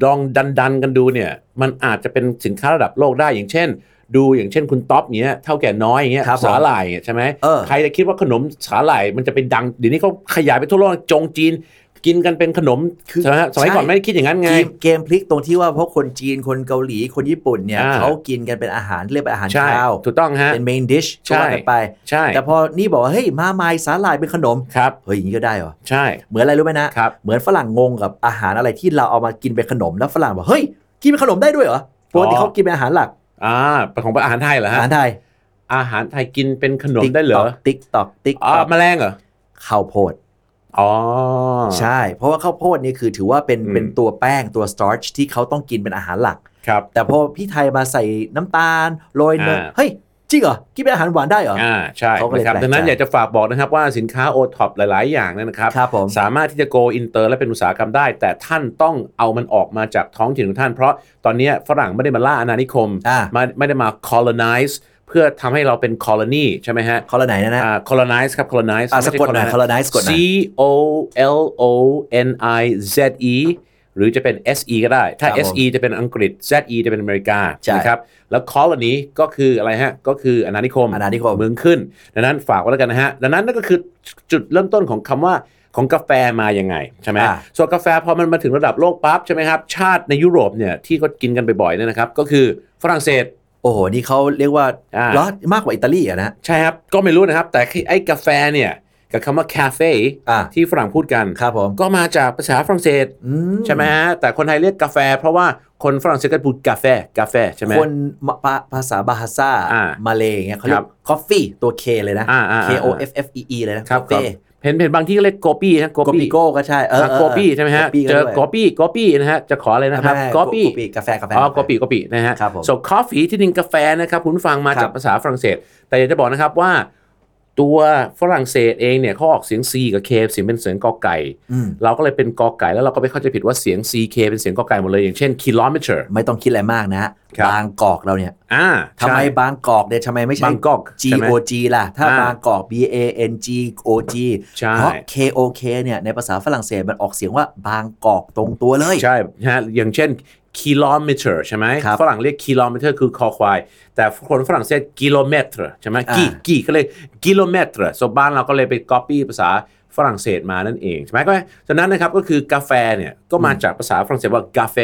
Speaker 3: ลองดันดันๆกันดูเนี่ยมันอาจจะเป็นสินค้าระดับโลกได้อย่างเช่น ดูอย่างเช่นคุณท็อปเนี้ยเท่าแก่น้อยอย่างเงี้ย
Speaker 4: ครับผม
Speaker 3: สาหร่ายเนี่ยใช่ไหม
Speaker 4: เออ
Speaker 3: ใครจะคิดว่าขนมสาหร่ายมันจะไปดังเดี๋ยวนี้เขาขยายไปทั่วโลกจงจีน กินกันเป็นขนมใช่ไหมฮะสมัยก่อนไม่ได้คิดอย่างนั้นไง
Speaker 4: เกมเกมพลิกตรงที่ว่าเพราะคนจีนคนเกาหลีคนญี่ปุ่นเนี่ย
Speaker 3: อ่า
Speaker 4: เขากินกันเป็นอาหารเรียกเป็นอาหาร
Speaker 3: ใช่
Speaker 4: เช้าว
Speaker 3: ถูกต้องฮะ
Speaker 4: เป็นเมนดิช
Speaker 3: ใช่
Speaker 4: ก็ว่ากันไป
Speaker 3: ใช่
Speaker 4: แต่พอนี่บอกว่าเฮ้ยมาไม้สาหร่ายเป็นขนม
Speaker 3: ครับ
Speaker 4: เฮ้ยอย่างนี้ก็ได้เหรอ
Speaker 3: ใช่
Speaker 4: เหมือนอะไรรู้ไหมนะ
Speaker 3: ครับ
Speaker 4: เหมือนฝรั่งงงกับอาหารอะไรที่เราเอามากินเป็นขนมแล้วฝรั่งบอกเฮ้ยกินเป็นขนมได้ด้วยเหรอปกติ
Speaker 3: อ๋อ
Speaker 4: เขากินเป็นอาหารหลัก
Speaker 3: อ่าของอาหารไทยเหรอ
Speaker 4: อา
Speaker 3: ฮะ
Speaker 4: หารไทย
Speaker 3: อาหารไทยกินเป็นขนมได้เหรอ
Speaker 4: ติ๊กตอกติ๊ก
Speaker 3: อ่า
Speaker 4: ตอก
Speaker 3: แมลงเหรอ
Speaker 4: ข้าวโพด
Speaker 3: อ๋อ
Speaker 4: ใช่ เพราะว่าข้าวโพดเนี่ยคือถือว่าเป็น
Speaker 3: อืม
Speaker 4: เป็นตัวแป้งตัวสตอร์ชที่เขาต้องกินเป็นอาหารหลัก
Speaker 3: ครับ
Speaker 4: แต่พอพี่ไทยมาใส่น้ำตาลโรยเนย
Speaker 3: อ่า
Speaker 4: เฮ้ยจริงเหรอกินเป็นอาหารหวานได้เหรอ
Speaker 3: อ่าใช่
Speaker 4: เขาก็เลย
Speaker 3: นะครับ
Speaker 4: แปลก
Speaker 3: ดังนั้น
Speaker 4: ใจ
Speaker 3: อยากจะฝากบอกนะครับว่าสินค้าโอท็อปหลาย ๆ อย่างเนยนะครับ
Speaker 4: ครับผม
Speaker 3: สามารถที่จะ go inter และเป็นอุตสาหกรรมได้ แต่ท่านต้องเอามันออกมาจากท้องถิ่นของท่าน เพราะตอนเนี้ยฝรั่งไม่ได้มาล่าอาณานิคม
Speaker 4: อ่า
Speaker 3: มาไม่ได้มา colonize เพื่อทำให้เราเป็น colony ใช่ไหมฮะ
Speaker 4: คอละไหนนะนะ
Speaker 3: อ่า colonize ครับ colonize
Speaker 4: อ่ะ
Speaker 3: ไม่
Speaker 4: สะ
Speaker 3: ใช่
Speaker 4: กดหน่อย
Speaker 3: colonize
Speaker 4: คอละไหนสะกด
Speaker 3: C
Speaker 4: หน่อย
Speaker 3: O L O N I Z E หรือจะเป็น S E ก็ได้ ถ้า
Speaker 4: ครับผม
Speaker 3: S E จะเป็นอังกฤษ Z E จะเป็นอเมริกา
Speaker 4: ใช่
Speaker 3: นะครับ แล้ว colony ก็คืออะไรฮะ ก็คืออาณานิคม
Speaker 4: อาณานิคม
Speaker 3: เมืองขึ้น ดังนั้นฝากไว้แล้วกันนะฮะ ดังนั้นนั่นก็คือจุดเริ่มต้นของคำว่าของกาแฟมายังไงใช่ไหม
Speaker 4: อ่า
Speaker 3: ส่วนกาแฟพอมันมาถึงระดับโลกปั๊บใช่ไหมครับ ชาติในยุโรปเนี่ยที่เขากินกันบ่อยๆเนี่ยนะครับ ก็คือฝรั่งเศส
Speaker 4: โอ้โหนี่เขาเรียกว่า
Speaker 3: อ่า
Speaker 4: ล้อมากกว่าอิตาลีอ่ะนะ
Speaker 3: ใช่ครับ ก็ไม่รู้นะครับ แต่ไอ้กาแฟเนี่ยกับคำว่าคาเฟ่
Speaker 4: อ่า
Speaker 3: ที่ฝรั่งพูดกัน
Speaker 4: ครับผม
Speaker 3: ก็มาจากภาษาฝรั่งเศส
Speaker 4: อืม
Speaker 3: ใช่ไหมฮะแต่คนไทยเรียกกาแฟ เพราะว่าคนฝรั่งเศสก็พูดกาแฟกาแฟใช่ไหม
Speaker 4: คนมาปะภาษาบาฮาซ่า
Speaker 3: อ่า
Speaker 4: มาเลย์เงี้ยเขาเรี
Speaker 3: ค
Speaker 4: ย
Speaker 3: รั
Speaker 4: ก
Speaker 3: บ
Speaker 4: กอฟฟี่ตัว K เลยนะ
Speaker 3: อ่าอ่าอ่า
Speaker 4: K O F F E E เลยนะครับ กาแฟ
Speaker 3: เห็นเห็นบางที่ก็เรียกโกปี้นะโก
Speaker 4: กอปิ
Speaker 3: ปี้
Speaker 4: โก้ก็ใช่เออ
Speaker 3: อ่ะ
Speaker 4: เออ
Speaker 3: โกปี้ใช่ไหมฮะ
Speaker 4: โกปี้
Speaker 3: เจอ
Speaker 4: ด้วย
Speaker 3: โกปี้โกปี้นะฮะ จะขออะไรนะครับ
Speaker 4: ไม่ไม่
Speaker 3: โกปี้
Speaker 4: โกาแฟกาแฟ
Speaker 3: อ๋อโกปี้โกปี้นะฮะ
Speaker 4: ครับผม
Speaker 3: so coffee ที่ดินกาแฟนะครับคุณผู้ฟังมา
Speaker 4: ค
Speaker 3: จา
Speaker 4: รับ
Speaker 3: กภาษาฝรั่งเศส แต่อยากจะบอกนะครับว่า ตัวฝรั่งเศสเองเนี่ยเขาออกเสียง C กับ K เสียงเป็นเสียงกอไก่
Speaker 4: อืม
Speaker 3: เราก็เลยเป็นกอไก่แล้วเราก็ไปเข้าใจผิดว่าเสียง CK เป็นเสียงกอไก่หมดเลยอย่างเช่น kilometer
Speaker 4: ไม่ต้องคิดอะไรมากนะฮะ
Speaker 3: ครับ
Speaker 4: บางกอกเราเนี่ย
Speaker 3: อ่า
Speaker 4: ทำไมบางกอกเนี่ยทำไมไม่ใช่
Speaker 3: บางกอก
Speaker 4: G
Speaker 3: ใช่ไหม
Speaker 4: O G ล่ะ ถ้า
Speaker 3: อ่า
Speaker 4: บางกอก B A N G O G
Speaker 3: ใช่
Speaker 4: เพราะ K O K เนี่ยในภาษาฝรั่งเศสมันออกเสียงว่าบางกอกตรงตัวเลย
Speaker 3: ใช่ฮะอย่างเช่น kilometer ใช่ไหม
Speaker 4: ครับ
Speaker 3: ฝรั่งเรียก kilometer คือคอควาย แต่คนฝรั่งเศส kilometer ใช่ไหม
Speaker 4: อ่า
Speaker 3: กี่กี่เขาเรียก kilometer ส่วนบ้านเราก็เลยไป copy ภาษาฝรั่งเศสมานั่นเอง ใช่ไหมก็ฉะนั้นนะครับก็คือกาแฟเนี่ย ก็มาจากภาษาฝรั่งเศสว่ากาแฟ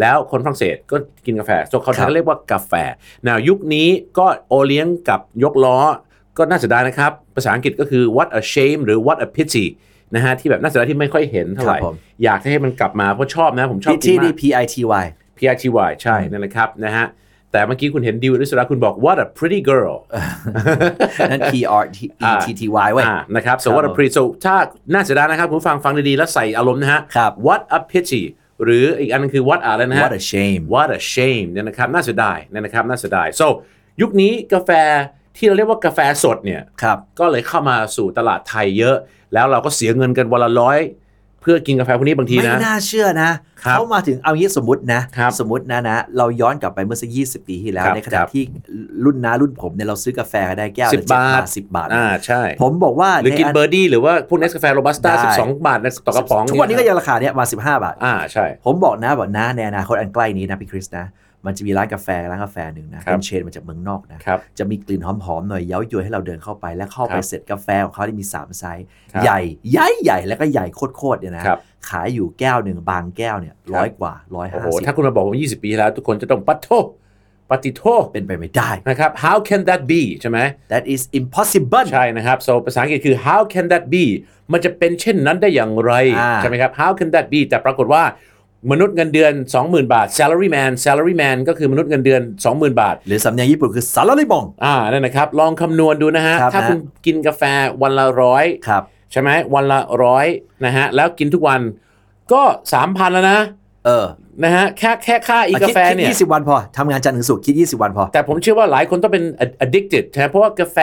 Speaker 3: แล้วคนฝรั่งเศสก็กินกาแฟส่วนเขาไทย
Speaker 4: ครับ
Speaker 3: ก็เรียกว่ากาแฟนายุคนี้ก็โอเลี้ยงกับยกล้อ ก็น่าเสียดายนะครับ ภาษาอังกฤษก็คือ what a shame หรือ what a pity นะฮะที่แบบน่าเสียดายที่ไม่ค่อยเห็นเท่าไหร่
Speaker 4: ครับผม
Speaker 3: อยากให้มันกลับมาเพราะชอบนะผมชอบกิ
Speaker 4: ที่
Speaker 3: น
Speaker 4: ที่
Speaker 3: มาก
Speaker 4: PITY
Speaker 3: PRGY ใช่นั่นแหละครับนะฮะแต่เมื่อกี้คุณเห็นดิวอริสราคุณบอก what a pretty girl
Speaker 4: นั่น PRETTY เว้ย
Speaker 3: อ่านะครับ so
Speaker 4: ครับ
Speaker 3: what a pretty so ถ้าน่าเสียดายนะครับคุณผู้ฟังฟังดีๆ แล้วใส่อารมณ์นะฮะ
Speaker 4: ครับ
Speaker 3: what a pity หรืออีกอันนึงคือ what อะไรนะฮะ
Speaker 4: What a shame
Speaker 3: what a shame เนี่ยนะครับน่าเสียดายเนี่ยนะครับน่าเสียดาย so ยุคนี้กาแฟที่เราเรียกว่ากาแฟสดเนี่ย
Speaker 4: ครับ
Speaker 3: ก็เลยเข้ามาสู่ตลาดไทยเยอะ แล้วเราก็เสียเงินกันวันละร้อยเพื่อกินกาแฟพวกนี้บางที
Speaker 4: ไม่
Speaker 3: นะ
Speaker 4: น่าเชื่อนะครับ เขามาถึงเอางี้สมมตินะครับ สมมตินะนะเราย้อนกลับไปเมื่อสักยี่สิบปีที่แล้ว
Speaker 3: ครับ
Speaker 4: ในขณะ
Speaker 3: ครับ
Speaker 4: ที่รุ่นน้ารุ่นผมเนี่ยเราซื้อกาแฟกันได้แก้ว
Speaker 3: สิบ
Speaker 4: ละเจ็ด
Speaker 3: บาท
Speaker 4: สิบบาท
Speaker 3: อ่าใช่
Speaker 4: ผมบอกว่า
Speaker 3: หรือกิน
Speaker 4: ใ
Speaker 3: เบอร์ดี้หรือว่าพวกเนสกาแฟโรบัสต้า
Speaker 4: ได้
Speaker 3: 12 บาทนะต่อกระป๋อง
Speaker 4: ทุกวันนี้ก็ยังราคาเนี้ยมาสิบห้าบาท
Speaker 3: อ่าใช่
Speaker 4: ผมบอกนะบอกนะในอนาคตอันใกล้นี้นะพี่คริสนะมันจะมีร้านกาแฟร้านกาแฟหนึ่งนะครับ เป็นเชนมาจากเมืองนอกนะครับ จะมีกลิ่นหอมๆหน่อยเย้ายวนให้เราเดินเข้าไปแล้วเข้า
Speaker 3: ค
Speaker 4: ไป
Speaker 3: รับ
Speaker 4: เสร็จกาแฟของเขาที่มีสามไซส์
Speaker 3: ครับ
Speaker 4: ใหญ่ใหญ่ใหญ่แล้วก็ใหญ่โคตรๆเนี่ยนะครับ ขายอยู่แก้วหนึ่งบางแก้วเนี่ย
Speaker 3: ครับ
Speaker 4: ร้อยกว่าร้อย
Speaker 3: โอ้
Speaker 4: ห้า
Speaker 3: โห
Speaker 4: สิบ
Speaker 3: ถ้าคุณมาบอกว่า 20 ปีที่แล้ว ทุกคนจะต้องปัตโทปฏิโท
Speaker 4: เป็นไปไม่ได้
Speaker 3: นะครับ how can that be ใช่ไหม
Speaker 4: that is impossible
Speaker 3: ใช่นะครับ so ภาษาอังกฤษคือ how can that be มันจะเป็นเช่นนั้นได้อย่างไร
Speaker 4: อ่า
Speaker 3: ใช่ไหมครับ how can that be แต่ปรากฏว่ามนุษย์เงินเดือน 20,000 บาท salary man salary man ก็คือมนุษย์เงินเดือน 20,000 บาท
Speaker 4: หรือสำเนียงญี่ปุ่นคือซาลาลิบอง
Speaker 3: อ่า นั่นนะครับ ลองคำนวณดูนะฮะ
Speaker 4: ครับ
Speaker 3: ถ้า
Speaker 4: นะ
Speaker 3: คุณกินกาแฟวันละร้อย
Speaker 4: ครับ
Speaker 3: ใช่ไหมวันละร้อยนะฮะ แล้วกินทุกวันก็ 3,000 แล้วนะ
Speaker 4: เออ
Speaker 3: นะฮะ แค่แค่ค่าอีกาแฟ
Speaker 4: คิด
Speaker 3: เนี่ย
Speaker 4: ยี่สิบวันพอทำงานจันทร์ถึงศุกร์คิด 20 วันพอ
Speaker 3: แต่ผมเชื่อว่าหลายคนต้องเป็น ad- addicted ใช่ไหมเพราะว่ากาแฟ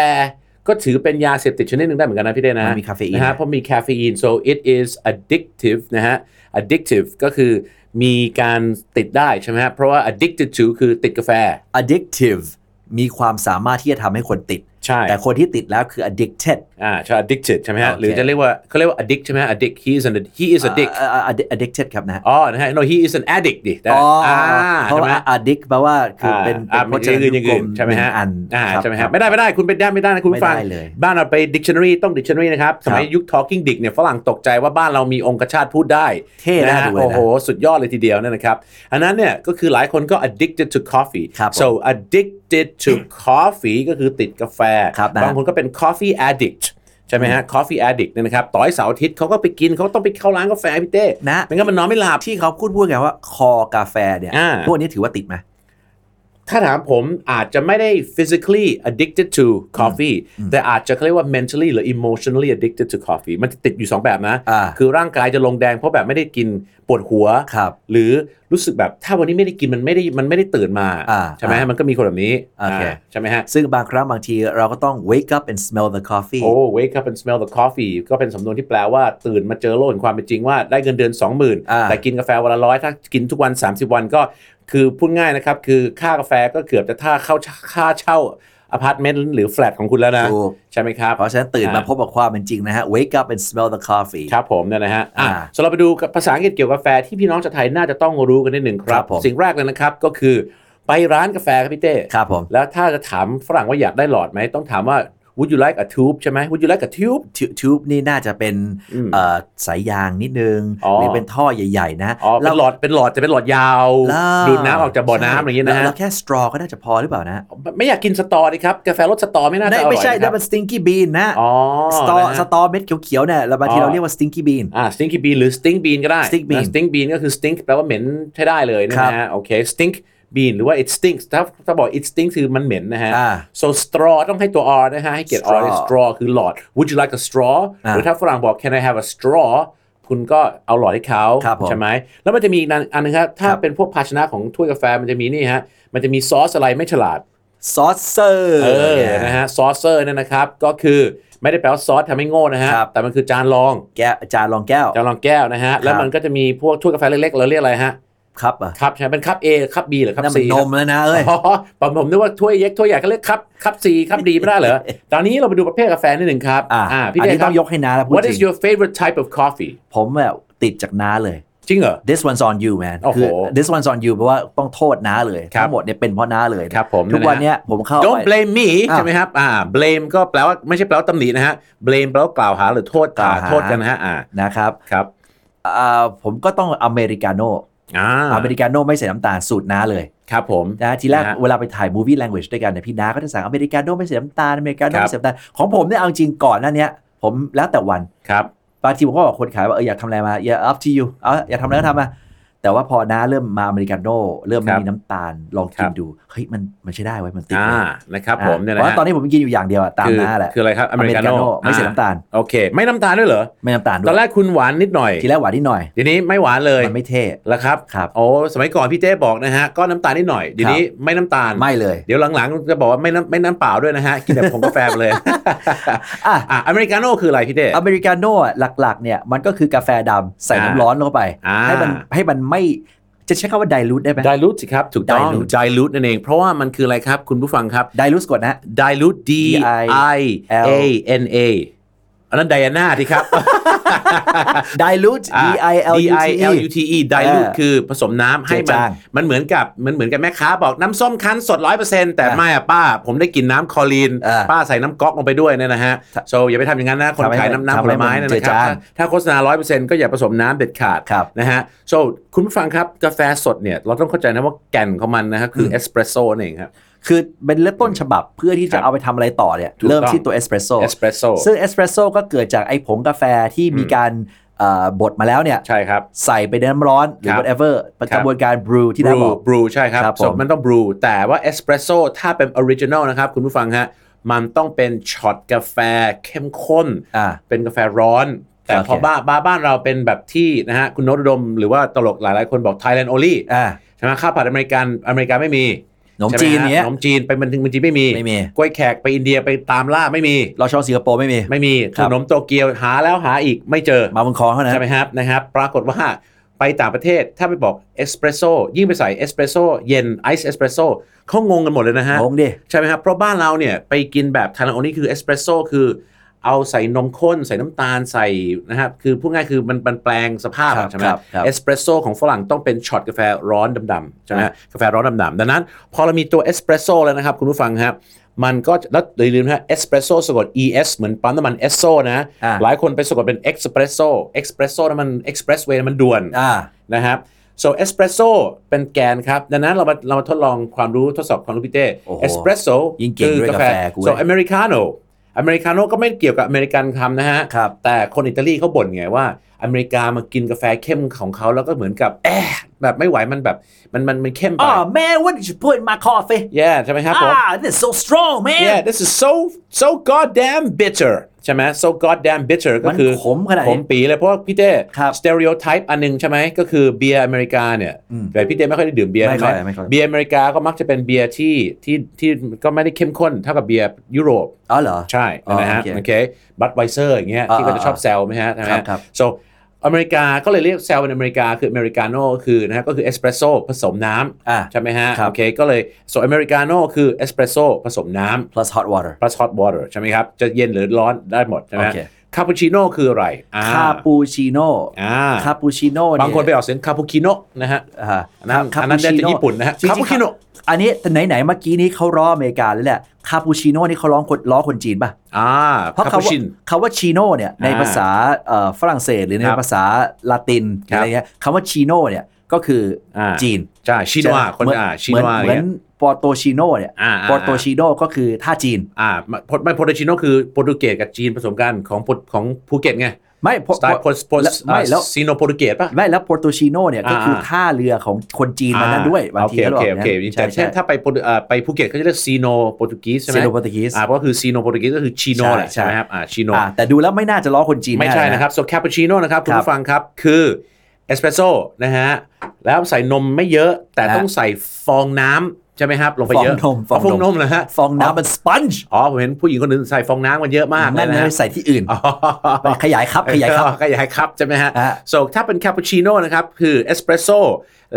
Speaker 3: ก็ถือเป็นยาเสพติดชนิดหนึ่งได้เหมือนกันนะพี่เด้นะ
Speaker 4: มันมีคาเฟอีน
Speaker 3: นะฮะเพราะมีคาเฟอีน so it is addictive นะฮะ addictive ก็คือมีการติดได้ใช่ไหมฮะเพราะว่า addicted to คือติดกาแฟ
Speaker 4: addictive มีความสามารถที่จะทำให้คนติด
Speaker 3: ใช่
Speaker 4: แต่คนที่ติดแล้วคือ addicted
Speaker 3: อ่าใช่ addicted ใช่ไหมฮะ
Speaker 4: โอเค
Speaker 3: หรือจะเรียกว่าเขาเรียกว่า addict ใช่ไหมฮะ addict he is an he is a dick
Speaker 4: เอ่อเอ่อ addi- addicted ครับนะ
Speaker 3: อ๋อนะฮะ no he is an addict ดิแต่
Speaker 4: อ๋ออ่
Speaker 3: อ่า
Speaker 4: เพ
Speaker 3: ใช่
Speaker 4: ราะ
Speaker 3: ไหม
Speaker 4: ว่า
Speaker 3: ฮะ
Speaker 4: addict แปลว่าคือเป็นเป็น
Speaker 3: พจนานุกรมใช่ไหมฮะ
Speaker 4: นึ่งอัน
Speaker 3: อ่า
Speaker 4: ครับ
Speaker 3: ใช่ไหม
Speaker 4: ครั
Speaker 3: ฮะ
Speaker 4: บ
Speaker 3: ไม่ได้ไม่ได้คุณเป็นได้ไม่ได้นะคุณผู้ฟัง
Speaker 4: ไม่ได้เลย
Speaker 3: บ้านเราไป dictionary ต้อง dictionary นะครับ สมัยยุค talking dick เนี่ยฝรั่งตกใจว่าบ้านเรามีองคชาตพูดได้
Speaker 4: เท่น่า
Speaker 3: ฮ
Speaker 4: ดูเลยนะ
Speaker 3: โอ้โห สุดยอดเลยทีเดียวเนี่ยนะครับ อันนั้นเนี่ยก็คือหลายคนก็ addicted to coffee
Speaker 4: ครับผม
Speaker 3: so addicted to coffee ก็คือติดกาแฟ
Speaker 4: ครับนะ
Speaker 3: บางคนก็เป็น coffee addict ใช่ไหมฮะ coffee addict เนี่ยนะครับต่อยเสาร์อาทิตย์เขาก็ไปกินเขาต้องไปเข้าร้านกาแฟพี่เต้
Speaker 4: นะ
Speaker 3: ไม่งั้นมันนอนไม่หลับ
Speaker 4: ที่เขาพูดพูดกันว่าคอกาแฟเนี่ย
Speaker 3: อ่า
Speaker 4: พวกนี้ถือว่าติดไหม
Speaker 3: ถ้าถามผมอาจจะไม่ได้ physically addicted to coffee แต่อาจจะเขาเรียกว่า mentally หรือ emotionally addicted to coffee มันจะติดอยู่ 2 แบบนะ
Speaker 4: อ่า
Speaker 3: คือร่างกายจะลงแดงเพราะแบบไม่ได้กินปวดหัว
Speaker 4: ครับ
Speaker 3: หรือรู้สึกแบบถ้าวันนี้ไม่ได้กินมันไม่ได้มันไม่ได้ตื่นมา
Speaker 4: อ่า
Speaker 3: ใช่ไหม
Speaker 4: อ่ามั
Speaker 3: มันก็มีคนแบบนี้
Speaker 4: โอเค
Speaker 3: อ่าใช่ไหมฮะ
Speaker 4: ซึ่งบางครั้งบางทีเราก็ต้อง wake up and smell the coffee
Speaker 3: โอ้ wake up and smell the coffee ก็เป็นสำนวนที่แปลว่าตื่นมาเจอโลกแห่งความเป็นจริงว่าได้เงินเดือน
Speaker 4: อ่า
Speaker 3: 20,000 แต่กินกาแฟวันละร้อยถ้ากินทุกวัน 30 วันก็คือพูดง่ายนะครับ คือค่ากาแฟก็เกือบจะถ้าเข้าค่าเช่าอพาร์ตเมนต์หรือแฟลตของคุณแล้วนะ
Speaker 4: ถูก
Speaker 3: ใช่ไหมครับ
Speaker 4: เพราะฉะนั้นตื่นมา
Speaker 3: อ่า
Speaker 4: พบกับความเป็นจริงนะฮะ wake up and smell the coffee
Speaker 3: ครับผมเนี่ยนะฮะอ่ะ
Speaker 4: อ่า
Speaker 3: ส่วนเราไปดูกับภาษาอังกฤษเกี่ยวกับกาแฟที่พี่น้องชาวไทยน่าจะต้องรู้กันนิดหนึ่งครั
Speaker 4: ครับ บผม
Speaker 3: สิ่งแรกเลยนะครับก็คือไปร้านกาแฟครับพี่เต้
Speaker 4: ครับผม
Speaker 3: แล้วถ้าจะถามฝรั่งว่าอยากได้หลอดไหมต้องถามว่า would you like a tube ใช่ไหม would you like a tube
Speaker 4: ทูทูบนี่น่าจะเป็น
Speaker 3: อืม
Speaker 4: เอ่อสายยางนิดนึง
Speaker 3: อ๋อ
Speaker 4: หรือเป็นท่อใหญ่ ๆ นะ
Speaker 3: อ๋อเป็นหลอดเป็นหลอดแต่เป็นหลอดยาว
Speaker 4: แล้ว
Speaker 3: ดูดน้ำออกจากบ่อน้ำ
Speaker 4: ใช่
Speaker 3: อะไรอย่างเงี้ยนะฮะ
Speaker 4: แล้วแค่สตรอก็น่าจะพอหรือเปล่านะ
Speaker 3: ไม่ไม่อยากกินสตอดีครับ กาแฟรสสตอไม่น่าจะอร่อย
Speaker 4: ไม่ใช่
Speaker 3: นะ
Speaker 4: นั่นมันสติงกี้บีนนะ
Speaker 3: อ๋อ
Speaker 4: สตอ
Speaker 3: นะฮะ
Speaker 4: สตอเม็ดเขียวๆเนี่ยเราบางที
Speaker 3: อ๋อ
Speaker 4: เราเรียกว่าสติงกี้บีน
Speaker 3: อ่า stinky bean หรือ stink bean ก็ได้
Speaker 4: stink bean
Speaker 3: นะ stink bean ก็คือ stink แปลว่าเหม็นใช้ได้เลยนะครับฮะโอเค stink bean หรือว่า it stinks ถ้าถ้าบอก it stinks คือมันเหม็นนะฮะ
Speaker 4: อ่า
Speaker 3: so straw ต้องให้ตัว r นะฮะ ให้เกียรติ r
Speaker 4: straw
Speaker 3: ด้วย straw คือหลอด would you like a straw
Speaker 4: อ่า
Speaker 3: หรือถ้าฝรั่งบอก can I have a straw คุณก็เอาหลอดให้เขา
Speaker 4: ครับผม
Speaker 3: ใช่ไหมแล้วมันจะมีอีกอันนึงครับถ้า
Speaker 4: ครับ
Speaker 3: เป็นพวกภาชนะของถ้วยกาแฟมันจะมีนี่ฮะมันจะมีซอสอะไรไม่ฉลาด
Speaker 4: ซอสเซอร์
Speaker 3: เออ นะฮะ ซอสเซอร์เนี่ยนะครับ ก็คือไม่ได้แปลว่าซอสทำให้โง่นะฮะ
Speaker 4: ครับ
Speaker 3: แต่มันคือจานรอง
Speaker 4: แก้วจานรองแก้ว
Speaker 3: จานรองแก้วนะฮะ แล้วมันก็จะมีพวกถ้วยกาแฟเล็กๆ เราเรียกอะไรฮะ
Speaker 4: ครับเหรอ่ะ
Speaker 3: คัพใช่ไหมเป็นคัพ A คัพ B หรือคัพ
Speaker 4: นั่น
Speaker 3: C
Speaker 4: มันนมแล้วนะเอ้ย
Speaker 3: อ๋อผมผมนึกว่าถ้วยเล็กถ้วยใหญ่เขาเรียกคัพ คัพ C คัพ D ไม่ได้เหรอ ตอนนี้เราไปดูประเภทกาแฟนิดหนึ่งครับ
Speaker 4: อ่า
Speaker 3: พี่
Speaker 4: อัน
Speaker 3: เด
Speaker 4: นี้
Speaker 3: ชค
Speaker 4: ต้
Speaker 3: รั
Speaker 4: อบ งยกให้น้าแล้วพูด
Speaker 3: What
Speaker 4: จ
Speaker 3: is
Speaker 4: ริง
Speaker 3: your favorite type of coffee
Speaker 4: ผมแบบติดจากน้าเลย
Speaker 3: จริงเหรอ
Speaker 4: this one's on you man
Speaker 3: โอ้โห
Speaker 4: คือ this one's on you แปลว่าต้องโทษน้าเลย
Speaker 3: ครับ
Speaker 4: ทั้งหมดเนี่ยเป็นเพราะน้าเลยนะครับ
Speaker 3: ผม
Speaker 4: ทุกวัน
Speaker 3: นะฮะ
Speaker 4: เนี้ยผมเข้าไป
Speaker 3: Don't blame me
Speaker 4: อ่า
Speaker 3: ใช่ไหมครับ อ่า blame ก็แปลว่าไม่ใช่แปลว่าตำหนินะฮะ blame แปลว่ากล่าวหาหรือโทษ
Speaker 4: กล่าวหา
Speaker 3: โทษกันนะฮะ อ่า
Speaker 4: นะครับ
Speaker 3: ครับ
Speaker 4: อ่าผมก็ต้องอเมริกาโน่
Speaker 3: อ่า
Speaker 4: อเมริกาโน่ไม่ใส่น้ำตาลสูตรน้าเลย
Speaker 3: ครับผม
Speaker 4: นะทีแรก
Speaker 3: นะฮะ
Speaker 4: เวลาไปถ่ายมูวี่ a ลง a g e ด้วยกันเนี่ยพี่น้าก็จะสั่งอเมริกาโน่ไม่ใส่น้ำตาลอเมริกาโน่
Speaker 3: ครับ
Speaker 4: ไม่ใส่น้ำตาลของผมเนี่ยเอาจริงก่อนหน้าเนี้ยผมแล้วแต่วัน
Speaker 3: ครับ
Speaker 4: บางทีผมก็บอกคนขายว่าเอออยากทำอะไรมาอย่า up to you เอาอยากทำอะไรก็ทำมาแต่ว่าพอน้าเริ่มมาอเมริกาโน่เริ่มไม่
Speaker 3: ครับ
Speaker 4: มีน้ำตาลลองกิ
Speaker 3: ครั
Speaker 4: น
Speaker 3: บ
Speaker 4: ดูเฮ้ยมันมันใช้ได้ไว้ยมันติด
Speaker 3: อ่า
Speaker 4: เลย
Speaker 3: นะครับผมเนี่ย
Speaker 4: เพ
Speaker 3: นะ
Speaker 4: ราะว่า
Speaker 3: ฮะ
Speaker 4: ตอนนี้ผมกินอยู่อย่างเดียวอะตาม
Speaker 3: คือ
Speaker 4: น้าแหละ
Speaker 3: คืออะไรครับอเมริกาโน่
Speaker 4: ไม่ใส่น้ำตาล
Speaker 3: โอเค ไม่น้ำตาลด้วยเหรอ
Speaker 4: ไม่น้ำตาลด้
Speaker 3: ต
Speaker 4: ว
Speaker 3: อน
Speaker 4: ย
Speaker 3: แรกคุณหวานนิดหน่อย
Speaker 4: ทีแรกหวานนิดหน่อย
Speaker 3: เดี๋ยวนี้ไม่หวานเลย
Speaker 4: มันไม่เท่
Speaker 3: แล้วครับ
Speaker 4: ครับ
Speaker 3: โอ้สมัยก่อนพี่เต้บอกนะฮะก็น้ำตาลนิดหน่อยเดี๋ยวนี้ไม่น้ำตาล
Speaker 4: ไม่เลย
Speaker 3: เดี๋ยวหลังๆจะบอกว่าไม่น้ำไม่น้ำเปล่าด้วยนะฮะ กินแบบผงกาแฟไปเลย
Speaker 4: อ่ะ
Speaker 3: อ่ะอเมริกาโน่คืออะไรพี่เต้
Speaker 4: อเมริกาโน่อะหลักๆเนี่ยมันก็คือกาแฟดำใส่น้ำ
Speaker 3: อ่า
Speaker 4: ร้อนเข้าไป
Speaker 3: อ่า
Speaker 4: ให้มันให้มันไม่จะใช้คำว่า dilute ได้ไหม
Speaker 3: ดิลูทสิครับ ถูกต้อง
Speaker 4: dilute
Speaker 3: ดิลูทนั่นเอง เพราะว่ามันคืออะไรครับ คุณผู้ฟังครับ
Speaker 4: dilute สะกดนะ
Speaker 3: ดิลูท D I A N A อันนั้นไดอาน่าที่ครับ
Speaker 4: dilute d i l u t e
Speaker 3: D I L U T E ดิลูท
Speaker 4: เออ
Speaker 3: คือผสมน้ำให้มั
Speaker 4: เจื
Speaker 3: น
Speaker 4: อจาง
Speaker 3: มันเหมือนกับมันเหมือนกับแม่ค้าบอกน้ำส้มคั้นสดร้อยเปอร์เซ็นต์แต่ไม่อะป้า ผมได้กินน้ำคลอรีน
Speaker 4: เออ
Speaker 3: ป้าใส่น้ำก๊อกลงไปด้วยเนี่ยนะฮะ so อย่าไปทำอย่างนั้นนะ คน
Speaker 4: ทำให้
Speaker 3: ขาย
Speaker 4: มัน
Speaker 3: น้ำน้ำผลไม้เนย
Speaker 4: ทำให้มันเจื
Speaker 3: นะ
Speaker 4: อ
Speaker 3: ครับ
Speaker 4: จาง
Speaker 3: ถ้าถ้าโฆษณาร้อยเปอร์เซ็นต์ก็อย่าผสมน้ำเด็ดขาด
Speaker 4: ครับ
Speaker 3: นะฮะ so คุณผู้ฟังครับ กาแฟสดเนี่ย เราต้องเข้าใจนะว่าแก่นของมันนะฮะคือเอสเปรสโซ่นั่นเองครับ
Speaker 4: คือเป็นเริ่มต้นฉบับเพื่อที่
Speaker 3: ครั
Speaker 4: จะ
Speaker 3: บ
Speaker 4: เอาไปทำอะไรต่อเนี่ย
Speaker 3: ถูกต้อง
Speaker 4: เริ่มที่ตัวเอสเปรสโซ่
Speaker 3: เอสเปรสโซ่
Speaker 4: ซึ่งเอสเปรสโซ่ก็เกิดจากไอ้ผงกาแฟที่มีการเอ่อบดมาแล้วเนี่ย
Speaker 3: ใช่ครับ
Speaker 4: ใส่ไปในน้ำร้อนหรือ
Speaker 3: ครับ
Speaker 4: whatever เป็น
Speaker 3: ครับ
Speaker 4: กระบวนการ brew ที่
Speaker 3: บ
Speaker 4: ได้
Speaker 3: รู
Speaker 4: บอก
Speaker 3: บรูใช่ครับ
Speaker 4: ครับผม
Speaker 3: สดมันต้องบรูแต่ว่าเอสเปรสโซ่ถ้าเป็นออริจินอลนะครับ คุณผู้ฟังฮะ มันต้องเป็นช็อตกาแฟเข้มข้น
Speaker 4: อ่า
Speaker 3: เป็นกาแฟร้อน แต่
Speaker 4: โอเค
Speaker 3: พอบ้าบ้าบ้านเราเป็นแบบที่นะฮะ คุณโนตอุดม หรือว่าตลกหลายๆคนบอกไทยแลนด์โอลี่
Speaker 4: อ่า
Speaker 3: ใช่ไหมข้าวผัดอเมริกันอเมริกาไม่มี
Speaker 4: ขนมจีน
Speaker 3: ใช่ไหฮะ
Speaker 4: เนี้ย
Speaker 3: ขนมจีนไปมันถึงมันจีนไม่มี
Speaker 4: ไม่มี
Speaker 3: กล้วยแขกไปอินเดียไปตามล่าไม่มี
Speaker 4: เราชอบสิงคโปร์ไม่มี
Speaker 3: ไม่มี
Speaker 4: ครั
Speaker 3: ข
Speaker 4: บ
Speaker 3: นมโตเกียวหาแล้วหาอีกไม่เจอ
Speaker 4: มาบนคองเท่านั้น
Speaker 3: ใช่ไหมครับนะครับ ปรากฏว่าไปต่างประเทศถ้าไปบอกเอสเปรสโซ่ยิ่งไปใส่เอสเปรสโซ่เย็นไอซ์เอสเปรสโซ่เขางงกันหมดเลยนะฮะ
Speaker 4: งงดิ
Speaker 3: ใช่ไหมครับ เพราะบ้านเราเนี่ยไปกินแบบไทยแลนด์โอนี่คือเอสเปรสโซ่คือเอาใส่นมข้น ใส่น้ำตาลใส่นะครับคือพูดง่ายคือมันมันแปลงสภาพ
Speaker 4: ครับ
Speaker 3: ใช่ไหม
Speaker 4: ครับครับ
Speaker 3: เอสเปรสโซ่ของฝรั่งต้องเป็นช็อตกาแฟร้อนดำๆใช่ไหมฮะกาแฟร้อนดำๆดังนั้น พอเรามีตัวเอสเปรสโซ่แล้วนะครับ คุณผู้ฟังครับมันก็แล้วอย่าลืมนะฮะเอสเปรสโซ่สะกด es เหมือนปั๊มน้ำมันเอสโซนะ
Speaker 4: อ่า
Speaker 3: หลายคนไปสะกดเป็นเอ็กซ์เพรสโซ่เอ็กซ์เพรสโซ่นั้นมันเอ็กซ์เพรสเวย์มันด่วน
Speaker 4: อ่า
Speaker 3: นะครับ so espresso เป็นแกนครับ ดังนั้นเรามาเรามาทดลองความรู้ทดสอบความรู้พี่เต้
Speaker 4: โอ้โห
Speaker 3: espresso
Speaker 4: ยิ่งเก่งด้วยกาแฟกูเว้ย
Speaker 3: so americano americano ก็ไม่เกี่ยวกับอเมริกันทำนะฮะ
Speaker 4: ครับ
Speaker 3: แต่คนอิตาลีเขาบ่นไงว่า อเมริกามากินกาแฟเข้มของเขาแล้วก็เหมือนกับแอะแบบไม่ไหวมันแบบมันมันมันเข้มไป
Speaker 4: Oh man what did you put in my coffee
Speaker 3: แย่ใช่ไหมครับผม
Speaker 4: Ah this is so strong man
Speaker 3: yeah this is so so goddamn bitter ใช่ไหม so goddamn bitter ก็
Speaker 4: มัน
Speaker 3: คือ
Speaker 4: ขมขนาดนี้
Speaker 3: ขมปีเลยเพราะว่าพี่เต้
Speaker 4: ครับ
Speaker 3: stereotype อันหนึงใช่ไหมก็คือเบียร์อเมริกาเนี่ยแต่พี่เต้ไม่ค่อยได้ดื่มเบียร์
Speaker 4: ไม่
Speaker 3: ใช่
Speaker 4: ค่
Speaker 3: ไห
Speaker 4: อยไม่
Speaker 3: ม
Speaker 4: ค่อย
Speaker 3: เบียร์อเมริกาก็มักจะเป็นเบียร์ที่ที่ที่ก็ไม่ได้เข้มข้นเท่ากับเบียร์ยุโรป
Speaker 4: อ๋อเหรอ
Speaker 3: ใช่
Speaker 4: อ๋อ
Speaker 3: นะฮะ
Speaker 4: โอเค
Speaker 3: โอเคบัตไวเซอร์อย่างเงี้ย
Speaker 4: อ่า
Speaker 3: ที่ก็จะชอบแซวไหมฮะใช่ไหม
Speaker 4: ครั
Speaker 3: ฮะ
Speaker 4: บครับ
Speaker 3: so อเมริกาก็เลยเรียกแซวเป็นอเมริกาคืออเมริกาโน่คือนะฮะก็คือเอสเปรสโซ่ผสมน้
Speaker 4: อ่า
Speaker 3: ำใช่ไหมฮะ
Speaker 4: ครับ
Speaker 3: โอเคก็เลย so อเมริกาโน่คือเอสเปรสโซ่ผสมน้ำ
Speaker 4: plus hot water
Speaker 3: plus hot water ใช่ไหมครับ จะเย็นหรือร้อนได้หมดใช่ไหม
Speaker 4: โอเค
Speaker 3: คาปูชิโน่คืออะไรอ่
Speaker 4: คาปูชิโน่
Speaker 3: อ่า
Speaker 4: คาปูชิโน่เย
Speaker 3: บางคนไปออกเสียงคาปูคิโน่นะฮะ
Speaker 4: อ่า
Speaker 3: อันนั้นอันนั้นได้จากญี่ปุ่นนะฮะ
Speaker 4: จริงๆ
Speaker 3: คาปูชิโน่
Speaker 4: อันนี้แต่ไหนๆเมื่อกี้นี้เขาร้ออเมริกาเลยแหละคาปูชิโน่นี่เขาร้องคนล้อคนจีนป่ะ
Speaker 3: อ่า
Speaker 4: เพราะ
Speaker 3: คาปู
Speaker 4: คำว่า
Speaker 3: ชิน
Speaker 4: คำว่าชิโน่เนี่ยในภาษาเอ่อฝรั่งเศสหรือใน
Speaker 3: ครับ
Speaker 4: ภาษาลาตินหรืออะไรเงี้ยคำว่าชิโน่เนี่ยก็คืออา จีน
Speaker 3: ใช่ชินวาคน
Speaker 4: เหมื
Speaker 3: อ่าชินวา
Speaker 4: เหมือน
Speaker 3: เนี่
Speaker 4: เหมือย นปอโตชิโน่เนี่ย
Speaker 3: อ่าอ่า
Speaker 4: ปอโตชิโน่ก็คือท่าจีน
Speaker 3: อ่าพอไม่โปรตุชิโน่คือโปรตุเกสกับจีนผสมกันของโปรของภูเก็ตไง
Speaker 4: ไม่พอ
Speaker 3: สไตล์โพสโพส
Speaker 4: แล้วไม่แล้ว
Speaker 3: ซีโนโปรตุเกสป่ะ
Speaker 4: ไม่แล้วโปอโตชิโน่เนี่ยก็
Speaker 3: อ่า
Speaker 4: คือท่าเรือของคนจีนมานั้นด้วยบางที
Speaker 3: โอ
Speaker 4: เขาบอก
Speaker 3: เคโอ
Speaker 4: อ
Speaker 3: ย่าง เค
Speaker 4: นั้
Speaker 3: โอเค
Speaker 4: น
Speaker 3: แต่
Speaker 4: ใช่
Speaker 3: เช่
Speaker 4: ใช่
Speaker 3: นถ้าไปโปรตุอ่าไปภูเก็ตเขาจะเรียกซีโนโปรตุกีสใช่ไห
Speaker 4: เซ
Speaker 3: ม
Speaker 4: โนโปรตุกีส
Speaker 3: อ่าก็คือซีโนโปรตุกีสก็คือชิโน
Speaker 4: ใช่
Speaker 3: แหละใช่ไหม
Speaker 4: ใช่
Speaker 3: ครับอ่าชิโน
Speaker 4: อ่าแต่ดูแล้วไม่น่าจะล้อคนจีน
Speaker 3: ไม่ใช่นะครับ so cappuccino นะครับ คุณ
Speaker 4: ครับ
Speaker 3: ผู้ฟังครับ คือเอสเปรสโซ่นะฮะ แล้วใส่นมไม่เยอะแต่ต้องใส่ฟองน้ำใช่ไหมครับ ลงไปเยอะ
Speaker 4: ฟองนมฟอง
Speaker 3: ฟองน
Speaker 4: นม
Speaker 3: มเหรอฮะ
Speaker 4: ฟองน้ำมันสปันจ์
Speaker 3: อ๋อผมเห็นผู้หญิงคนหนึ่งใส่ฟองน้ำมันเยอะมากเล
Speaker 4: นั่
Speaker 3: ย
Speaker 4: น
Speaker 3: นะ
Speaker 4: เล
Speaker 3: ฮะ
Speaker 4: ยใส่ที่อื่น
Speaker 3: อ๋อ
Speaker 4: ขยายครับขยายครับ
Speaker 3: เออขยายครับใช่ไหมฮะ
Speaker 4: อ่ะ
Speaker 3: so ถ้าเป็นคาปูชิโน่นะครับ คือเอสเปรสโซ่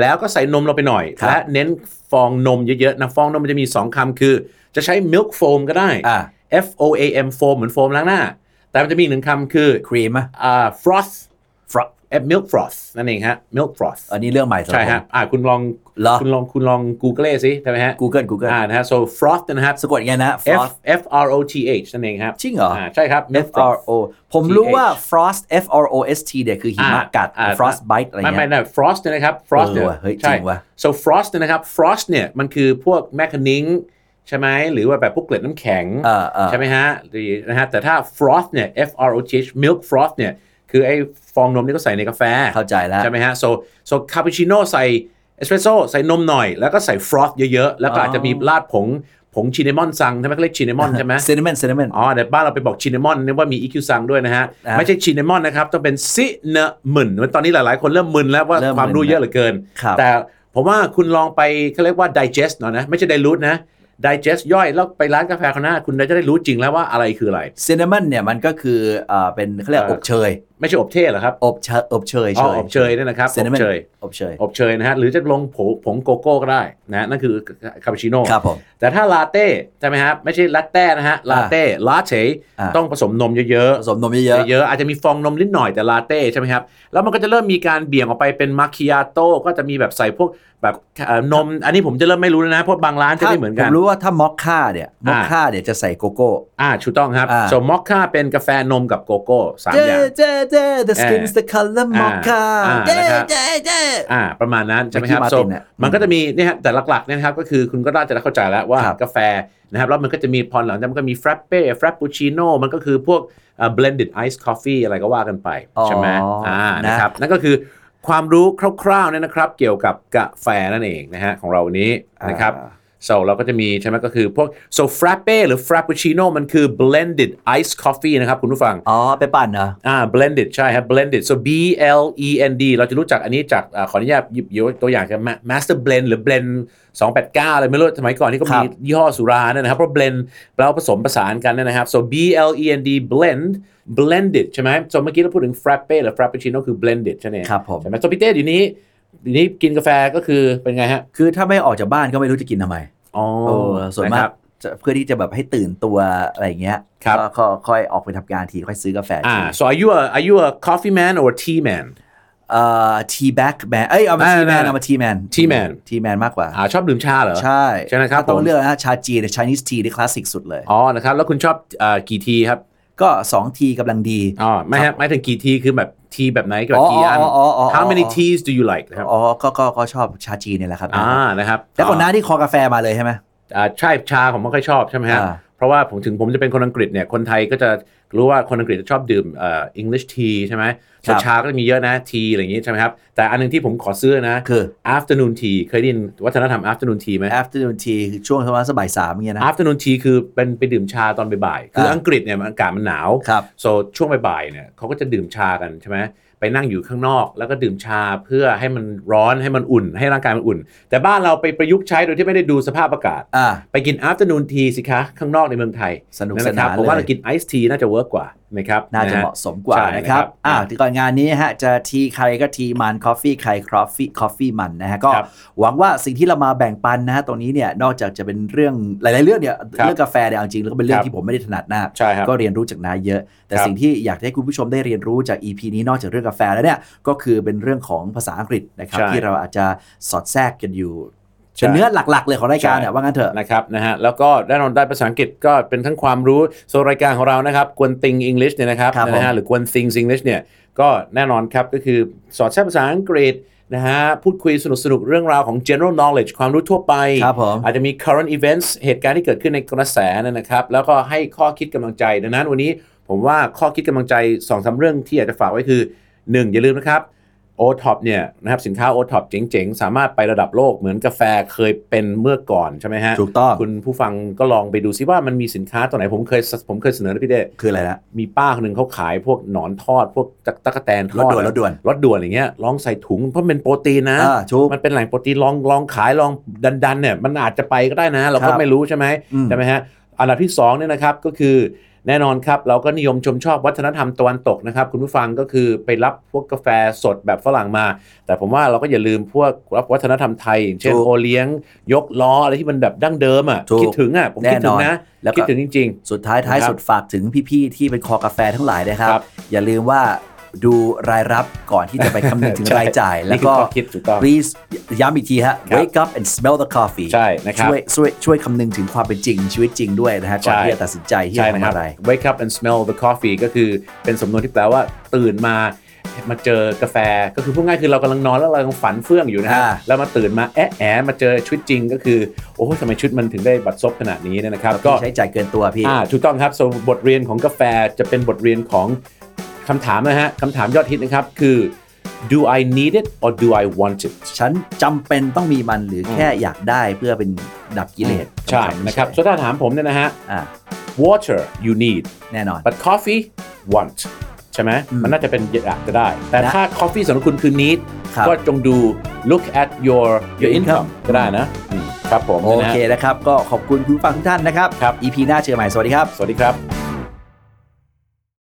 Speaker 3: แล้วก็ใส่นมลงไปหน่อย
Speaker 4: ครับ
Speaker 3: และเน้นฟองนมเยอะๆนะฟองนมมันจะมี 2คำคือ จะใช้ milk foam ก็ได้
Speaker 4: อ่า
Speaker 3: F O A M foam เหมือนโฟมล้างหน้า แต่มันจะมีอีกหนึ่งคำคือ
Speaker 4: ครีมอะ
Speaker 3: อ่า froth
Speaker 4: ฟรอก
Speaker 3: เอ่อ milk froth นั่นเองฮะ milk froth
Speaker 4: อันนี้เรื่องใหม่สำหรั
Speaker 3: ใช่
Speaker 4: บผ
Speaker 3: ฮะ
Speaker 4: ม
Speaker 3: อ่าคุณลอง
Speaker 4: เหรอ
Speaker 3: คุณลองคุณลอง Google สิใช่ไหมฮะ
Speaker 4: Google Google
Speaker 3: อ่านะฮะ so froth นะฮะ
Speaker 4: สะกดไงนะ
Speaker 3: F
Speaker 4: frost
Speaker 3: F R O T H นั่นเองครับ
Speaker 4: จริงเหรอ
Speaker 3: าใช่ครับ milk
Speaker 4: F R
Speaker 3: froth
Speaker 4: O ผมรู้ว่า frost F R O S T เนี่ยคือหิมะกัด
Speaker 3: อ่า
Speaker 4: frost bite อะไรเงี้ย
Speaker 3: ไม่ไม่ frost เนี่ยนะครับ frost
Speaker 4: เออว่ะเฮ้ยจริง
Speaker 3: ใช่
Speaker 4: ว่ะ
Speaker 3: so frost เนี่ยนะครับ frost เนี่ยมันคือพวกแมคคานิงใช่ไหมหรือว่าแบบพวกเกล็ดน้ำแข็ง
Speaker 4: เออเออ
Speaker 3: ใช่ไหมฮะหรือนะฮะแต่ถ้า frost เนี่ย F R O T H milk frost เนี่ย คือไอ้ฟองนมนี่ก็ใส่ในกาแฟ
Speaker 4: เข้าใจแล้ว
Speaker 3: ใช่ไหมฮะ so so cappuccino ใส่เอสเปรสโซ่ใส่นมหน่อย แล้วก็ใส่ฟรอสเยอะ ๆ แล้วก็อาจจะมีราดผงผงชินนามอนซังใช่ไหมเขาเรียกชินนามอนใช่ไหม
Speaker 4: *laughs* เซนิเมนเซนิเมน
Speaker 3: อ๋อแต่บ้านเราไปบอกชินนามอนนึกว่ามีอีคิวซังด้วยนะฮะ
Speaker 4: อ่ะ
Speaker 3: ไม่ใช่ชินนามอนนะครับ ต้องเป็นซิเนมึนตอนนี้หลาย ๆ คนเริ่มมึนแล้วว่า
Speaker 4: เริ่มมึน
Speaker 3: ความรู้เยอะเหลือเกิน
Speaker 4: ครับ
Speaker 3: แต่ผมว่าคุณลองไปเขาเรียกว่า digest หน่อยนะ ไม่ใช่ dilute นะ digest ย่อยแล้วไปร้านกาแฟเขาหน้าคุณจะได้รู้จริงแล้วว่าอะไรคืออะไร
Speaker 4: เซนิเมนเนี่ยมันก็คือเอ่อเป็นเขาเรียก
Speaker 3: เอ่อ
Speaker 4: อ
Speaker 3: อ
Speaker 4: บเชย
Speaker 3: ไม่ใช่อบเทศเหรอครับ
Speaker 4: อบเชยอบเชย
Speaker 3: อ๋ออบเชยเนี่ยนะครับ
Speaker 4: เซ
Speaker 3: อบ
Speaker 4: นิเมน
Speaker 3: เชย
Speaker 4: อบเชย
Speaker 3: อบเชยนะฮะหรือจะลงผงผงโกโก้ก็ได้นะฮะนั่นคือคาปูชิโน่
Speaker 4: ครับผม
Speaker 3: แต่ถ้าลาเต้ใช่ไหมครับไม่ใช่ลาเต้นะฮะลาเต้ลาเต้
Speaker 4: า
Speaker 3: ต้องผสมนมเยอะ
Speaker 4: ผ
Speaker 3: ๆ
Speaker 4: สมนมเยอะ
Speaker 3: เยอะๆอาจจะมีฟองนมนิดหน่อยแต่ลาเต้ใช่ไหมครับ แล้วมันก็จะเริ่มมีการเบี่ยงออกไปเป็นมาคิอาโต้ก็จะมีแบบใส่พวกแบบเอ่อนม อันนี้ผมจะเริ่มไม่รู้แล้วนะเพราะบางร้าน
Speaker 4: ๆ
Speaker 3: จะ
Speaker 4: ถ้า
Speaker 3: ไม่เหมือน
Speaker 4: ผ
Speaker 3: กัน
Speaker 4: มรู้ว่าถ้ามอคค่าเนี่ยม
Speaker 3: อ่า
Speaker 4: อคค่าเนี่ยจะใส่โกโก้
Speaker 3: อ่าถูกต้องครับ
Speaker 4: อ่า
Speaker 3: สมมอคค่าเป็นกาแฟนมกับโกโก้สาม
Speaker 4: เจ
Speaker 3: อย่าง
Speaker 4: เจเจ the skin's the color
Speaker 3: อ่า
Speaker 4: mocha
Speaker 3: อ่า
Speaker 4: เจ
Speaker 3: นะครับ
Speaker 4: เจเจ
Speaker 3: อ่าประมาณนั้นใช่ไหมครับ
Speaker 4: Ricky
Speaker 3: โซ
Speaker 4: Martin น่ะ
Speaker 3: มันก็จะมีเนี่ยฮะแต่หลักๆเนี่ยนะครับก็คือคุณก็น่าจะเข้าใจแล้วว่า
Speaker 4: ครับ
Speaker 3: กาแฟนะครับแล้วมันก็จะมีพอหลังจากนั้นมันก็มีฟรัปเป้ฟรัปปูชิโน่มันก็คือพวกเอ่อ blended ice coffee อะไรก็ว่ากันไป ใช่ไหม
Speaker 4: อ๋ออ่
Speaker 3: อ่า
Speaker 4: นะ
Speaker 3: นะครับนั่นก็คือความรู้คร่าวๆเนี่ยนะครับ เกี่ยวกับกาแฟนั่นเองนะฮะของเราวันนี้นะครับโซเราก็จะมีใช่ไหมก็คือพวก so frappe หรือ frappuccino มันคือ blended ice coffee นะครับคุณผู้ฟัง
Speaker 4: อ๋อ ไปปั่นเหรอ
Speaker 3: อ่า blended ใช่ครับ blended so B L E N D เราจะรู้จักอันนี้จากอาขออนุญาตหยิบยกตัวอย่างจาก Ma- master blend หรือ blend 289 อะไรไม่รู้ สมัยก่อนนี่ก็
Speaker 4: ครั
Speaker 3: มี
Speaker 4: บ
Speaker 3: ยี่ห้อสุราเนี่ยนะครับ เพราะ blend แปลว่าผสมประสานกันเนยนะครับ so B L E N D blend blended ใช่ไหม so เมื่อกี้เราพูดถึง frappe หรือ frappuccino คือ blended ใช่ไหม
Speaker 4: ครับผม
Speaker 3: ใช่ไหม so พี่เต้เดี๋ยวนี้เดี๋ยวนี้กินกาแฟก็คือเป็นไงฮะ
Speaker 4: คือถ้าไม่ออกจากบ้านก็ไม่รู้จะกินทำไม
Speaker 3: อ๋อ
Speaker 4: โอ้ส่วนะ มา
Speaker 3: ค
Speaker 4: ก
Speaker 3: รับ
Speaker 4: จะเพื่อที่จะแบบให้ตื่นตัวอะไรอย่างเงี้ย
Speaker 3: ครับ
Speaker 4: ก็ก็ค่อยออกไปทำงานทีค่อยซื้อกาแฟ
Speaker 3: อ่า
Speaker 4: ที
Speaker 3: so are you a are you a coffee man or tea man
Speaker 4: เอ่อทีแบ็กแมนเอ้ยเอามาทีแมน
Speaker 3: อ่า
Speaker 4: เอามาทีแมน
Speaker 3: tea man
Speaker 4: ทีแมนมากกว่า
Speaker 3: อ่าชอบดื่มชาเหรอ
Speaker 4: ใช่
Speaker 3: ใช่นะครับ
Speaker 4: ถ้าต้อ
Speaker 3: ผ
Speaker 4: ง
Speaker 3: ม
Speaker 4: เลือกนะชาจีนหรือ Chinese tea ที่คลาสสิกสุดเลย
Speaker 3: อ๋อ นะครับ แล้วคุณชอบเออกี่ทีครับ
Speaker 4: ก็ 2 ทีกำลังดี
Speaker 3: อ๋อ ไม่ฮะไม่ถึงกี่ที คือแบบทีแบบไหนกับ
Speaker 4: อ๋อ
Speaker 3: กี่อัน
Speaker 4: อ๋ออ๋ออ๋อ
Speaker 3: How many teas do you like นะครับ
Speaker 4: อ๋อก็ก็ก็ชอบชาจีนเนี่ยแหละครับ
Speaker 3: อ่า นะครับ
Speaker 4: แล้วก่อนหน้าที่คอกาแฟมาเลยใช่ไหม
Speaker 3: อ่าใช่ ชาผมไม่ค่อยชอบใช่ไหมฮะ
Speaker 4: อ่า
Speaker 3: เพราะว่าผมถึงผมจะเป็นคนอังกฤษเนี่ย คนไทยก็จะรู้ว่าคนอังกฤษจะชอบดื่มเอ่อ English tea ใช่ไหม
Speaker 4: ครั
Speaker 3: ส่ว
Speaker 4: บ
Speaker 3: นชาก็จะมีเยอะนะ tea อะไรอย่างงี้ใช่ไหมครับ แต่อันหนึงที่ผมขอซื้อนะ
Speaker 4: คือ
Speaker 3: afternoon tea เคยได้ยินวัฒนธรรม afternoon tea ไหม
Speaker 4: afternoon tea คือช่วงประมาณสักบ่ายสามเงี้ยนะ
Speaker 3: afternoon tea คือเป็นไปดื่มชาตอนบ่ายๆ คืออา อังกฤษเนี่ยมันอากาศมันหนาว
Speaker 4: ครับ
Speaker 3: โซช่วงบ่ายๆเนี่ยเขาก็จะดื่มชากันใช่ไหมไปนั่งอยู่ข้างนอก แล้วก็ดื่มชาเพื่อให้มันร้อนให้มันอุ่น ให้ร่างกายมันอุ่น แต่บ้านเราไปประยุกต์ใช้โดยที่ไม่ได้ดูสภาพอากาศ
Speaker 4: อ่า
Speaker 3: ไปกิน afternoon tea สิคะ ข้างนอกในเมืองไทย
Speaker 4: สนุก
Speaker 3: ะครับ
Speaker 4: สนาน
Speaker 3: ผมว่า
Speaker 4: เลย
Speaker 3: เรากินไอซ์ทีน่าจะเวิร์กกว่านะครับ
Speaker 4: น่าจะ
Speaker 3: ฮ
Speaker 4: เหมาะสมกว่า
Speaker 3: ใช่
Speaker 4: นะครับ
Speaker 3: อ่
Speaker 4: อ่าถึงก่อนงานนี้ฮะจะทีใครก็ทีมันคอฟฟี่ใครคอฟฟี่คอฟฟี่มันนะฮะก็
Speaker 3: ครับ
Speaker 4: หวังว่าสิ่งที่เรามาแบ่งปันนะฮะตรงนี้เนี่ยนอกจากจะเป็นเรื่องหลาย ๆ เรื่องเนี่ย
Speaker 3: ครับ
Speaker 4: เรื่องกาแฟเนี่ยเอาจริงแล้วก็เป็นเรื่อ
Speaker 3: ค
Speaker 4: ง
Speaker 3: รับ
Speaker 4: ที่ผมไม่ได้ถนัดมาก
Speaker 3: ใช่ครับ
Speaker 4: ก็เรียนรู้จากน้าเยอะ แต่
Speaker 3: ครับ
Speaker 4: สิ่งที่อยากให้คุณผู้ชมได้เรียนรู้จาก EP นี้นอกจากเรื่องกาแฟแล้วเนี่ยก็คือเป็นเรื่องของภาษาอังกฤษนะครับ
Speaker 3: ใช่
Speaker 4: ที่เราอาจจะสอดแทรกกันอยู่
Speaker 3: ใช่
Speaker 4: เป็นเนื้อหลัก ๆ เลยของรายการเนี่ยว่างั้นเถอะ
Speaker 3: นะครับนะฮะแล้วก็แน่นอนได้ภาษาอังกฤษก็เป็นทั้งความรู้โซนรายการของเรานะครับกวนติงอังกฤษเนี่ยนะครับ
Speaker 4: ครับ
Speaker 3: นะฮะ
Speaker 4: ผม
Speaker 3: หรือกวนติงอังกฤษเนี่ยก็แน่นอนครับก็คือสอนแทรกภาษาอังกฤษนะฮะพูดคุยสนุกสนุกๆเรื่องราวของ general knowledge ความรู้ทั่วไป
Speaker 4: ครับผม
Speaker 3: อาจจะมี current events เหตุการณ์ที่เกิดขึ้นในกระแสนะนะครับ แล้วก็ให้ข้อคิดกำลังใจ ดังนั้นวันนี้ผมว่าข้อคิดกำลังใจ2อสาเรื่องที่อยากจะฝากไว้คือ 1 อย่าลืมนะครับ o t o p เนี่ยนะครับสินค้า o t o p เจ๋งๆ สามารถไประดับโลกเหมือนกาแฟเคยเป็นเมื่อก่อนใช่ไหมฮะ
Speaker 4: ถูกต้อง
Speaker 3: คุณผู้ฟังก็ลองไปดูซิว่ามันมีสินค้าตัวไหนผมเคยผมเคยเสนอนะพี่เด้
Speaker 4: คืออะไรนะ
Speaker 3: มีป้าคนหนึ่งเขาขายพวกหนอนทอด พวกตักตะกแตนทอด
Speaker 4: รสด่วนรสด่วน
Speaker 3: รถด่วนอย่างเงี้ยลองใส่ถุงเพราะมันเป็นโปรตีนนะ
Speaker 4: อ่าถูก
Speaker 3: มันเป็นแหล่งโปรตีนลองลองขายลองดันดันๆเนี่ยมันอาจจะไปก็ได้นะ เรา
Speaker 4: ครั
Speaker 3: ก็
Speaker 4: บ
Speaker 3: ไม่รู้ใช่ไหม
Speaker 4: อืม
Speaker 3: ใช่ไหมฮะอันดับที่สองเนี่ยนะครับก็คือแน่นอนครับ เราก็นิยมชมชอบวัฒนธรรมตะวันตกนะครับ คุณผู้ฟังก็คือไปรับพวกกาแฟสดแบบฝรั่งมา แต่ผมว่าเราก็อย่าลืมพวกรับวัฒนธรรมไทยอย่างเช่นโอเลี้ยง ยกล้ออะไรที่มันแบบดั้งเดิมอ่ะ
Speaker 4: ถูก
Speaker 3: คิดถึงอ่ะผมคิดถึงนะ
Speaker 4: แน่นอนแล้วก็
Speaker 3: คิดถึงจริง ๆ
Speaker 4: สุดท้ายท้าย
Speaker 3: นะครับ
Speaker 4: สุดฝากถึงพี่ๆที่เป็นคอกาแฟทั้งหลายนะครับ
Speaker 3: ครับ
Speaker 4: อย่าลืมว่าดูรายรับก่อนที่จะไปคำนึงถึง
Speaker 3: ใช่
Speaker 4: ราย
Speaker 3: *laughs*
Speaker 4: จ่าย
Speaker 3: นี่
Speaker 4: แล้ว
Speaker 3: คือ
Speaker 4: ก็
Speaker 3: ข้อคิดถูกต้อง
Speaker 4: please ย้ำอีกทีฮะ
Speaker 3: ครับ
Speaker 4: wake up and smell the coffee
Speaker 3: ใช่นะครับ
Speaker 4: ช่วยช่วยช่วยคำนึงถึงความเป็นจริง ชีวิตจริงด้วยนะฮะก่อนที่จะตัดสินใจที่จะ
Speaker 3: ใช่นะ
Speaker 4: ทำ
Speaker 3: ครับ
Speaker 4: อะไร
Speaker 3: wake up and smell the coffee ก็คือเป็นสำนวนที่แปลว่าตื่นมามาเจอกาแฟก็คือพูดง่ายคือเรากำลังนอนแล้วเรากำลังฝันเฟื่องอยู่นะฮะ
Speaker 4: อ่า
Speaker 3: แล้วมาตื่นมาแอะแอะมาเจอชีวิตจริง ก็คือ โอ้โหทำไมชีวิตมันถึงได้บัดซบขนาดนี้เนี่ยนะครับก็
Speaker 4: ใช้จ่ายเกินตัวพี่
Speaker 3: อ่าถูกต้องครับส่วนบทเรียนของกาแฟจะเป็นบทเรียนของค คำถามนะฮะคำถามยอดฮิตนะครับคือ do I need it or do I want it
Speaker 4: ฉันจำเป็นต้องมีมันหรือแค่อยากได้เพื่อเป็นดับกิเลส
Speaker 3: ใช่นะครับส่วนถ้าถามผมเนี่ยนะฮะ
Speaker 4: อ่า
Speaker 3: water you need
Speaker 4: แน่นอน
Speaker 3: but coffee want ใช่ไหม
Speaker 4: อืม
Speaker 3: มันน่าจะเป็นอยากจะได้ แต่
Speaker 4: นะ
Speaker 3: ถ้า coffee สำหรับคุณคือ need
Speaker 4: ครับ
Speaker 3: ก็จงดู look at your your
Speaker 4: Your income
Speaker 3: income ก็ได้นะอืมครับผม
Speaker 4: โอ
Speaker 3: นะ
Speaker 4: เค
Speaker 3: ฮะ
Speaker 4: นะครับ ก็ขอบคุณคุณผู้ฟังทุกท่านนะครับ
Speaker 3: ครับ
Speaker 4: EP หน้าเจอใหม่สวัสดีครับ
Speaker 3: สวัสดีครับ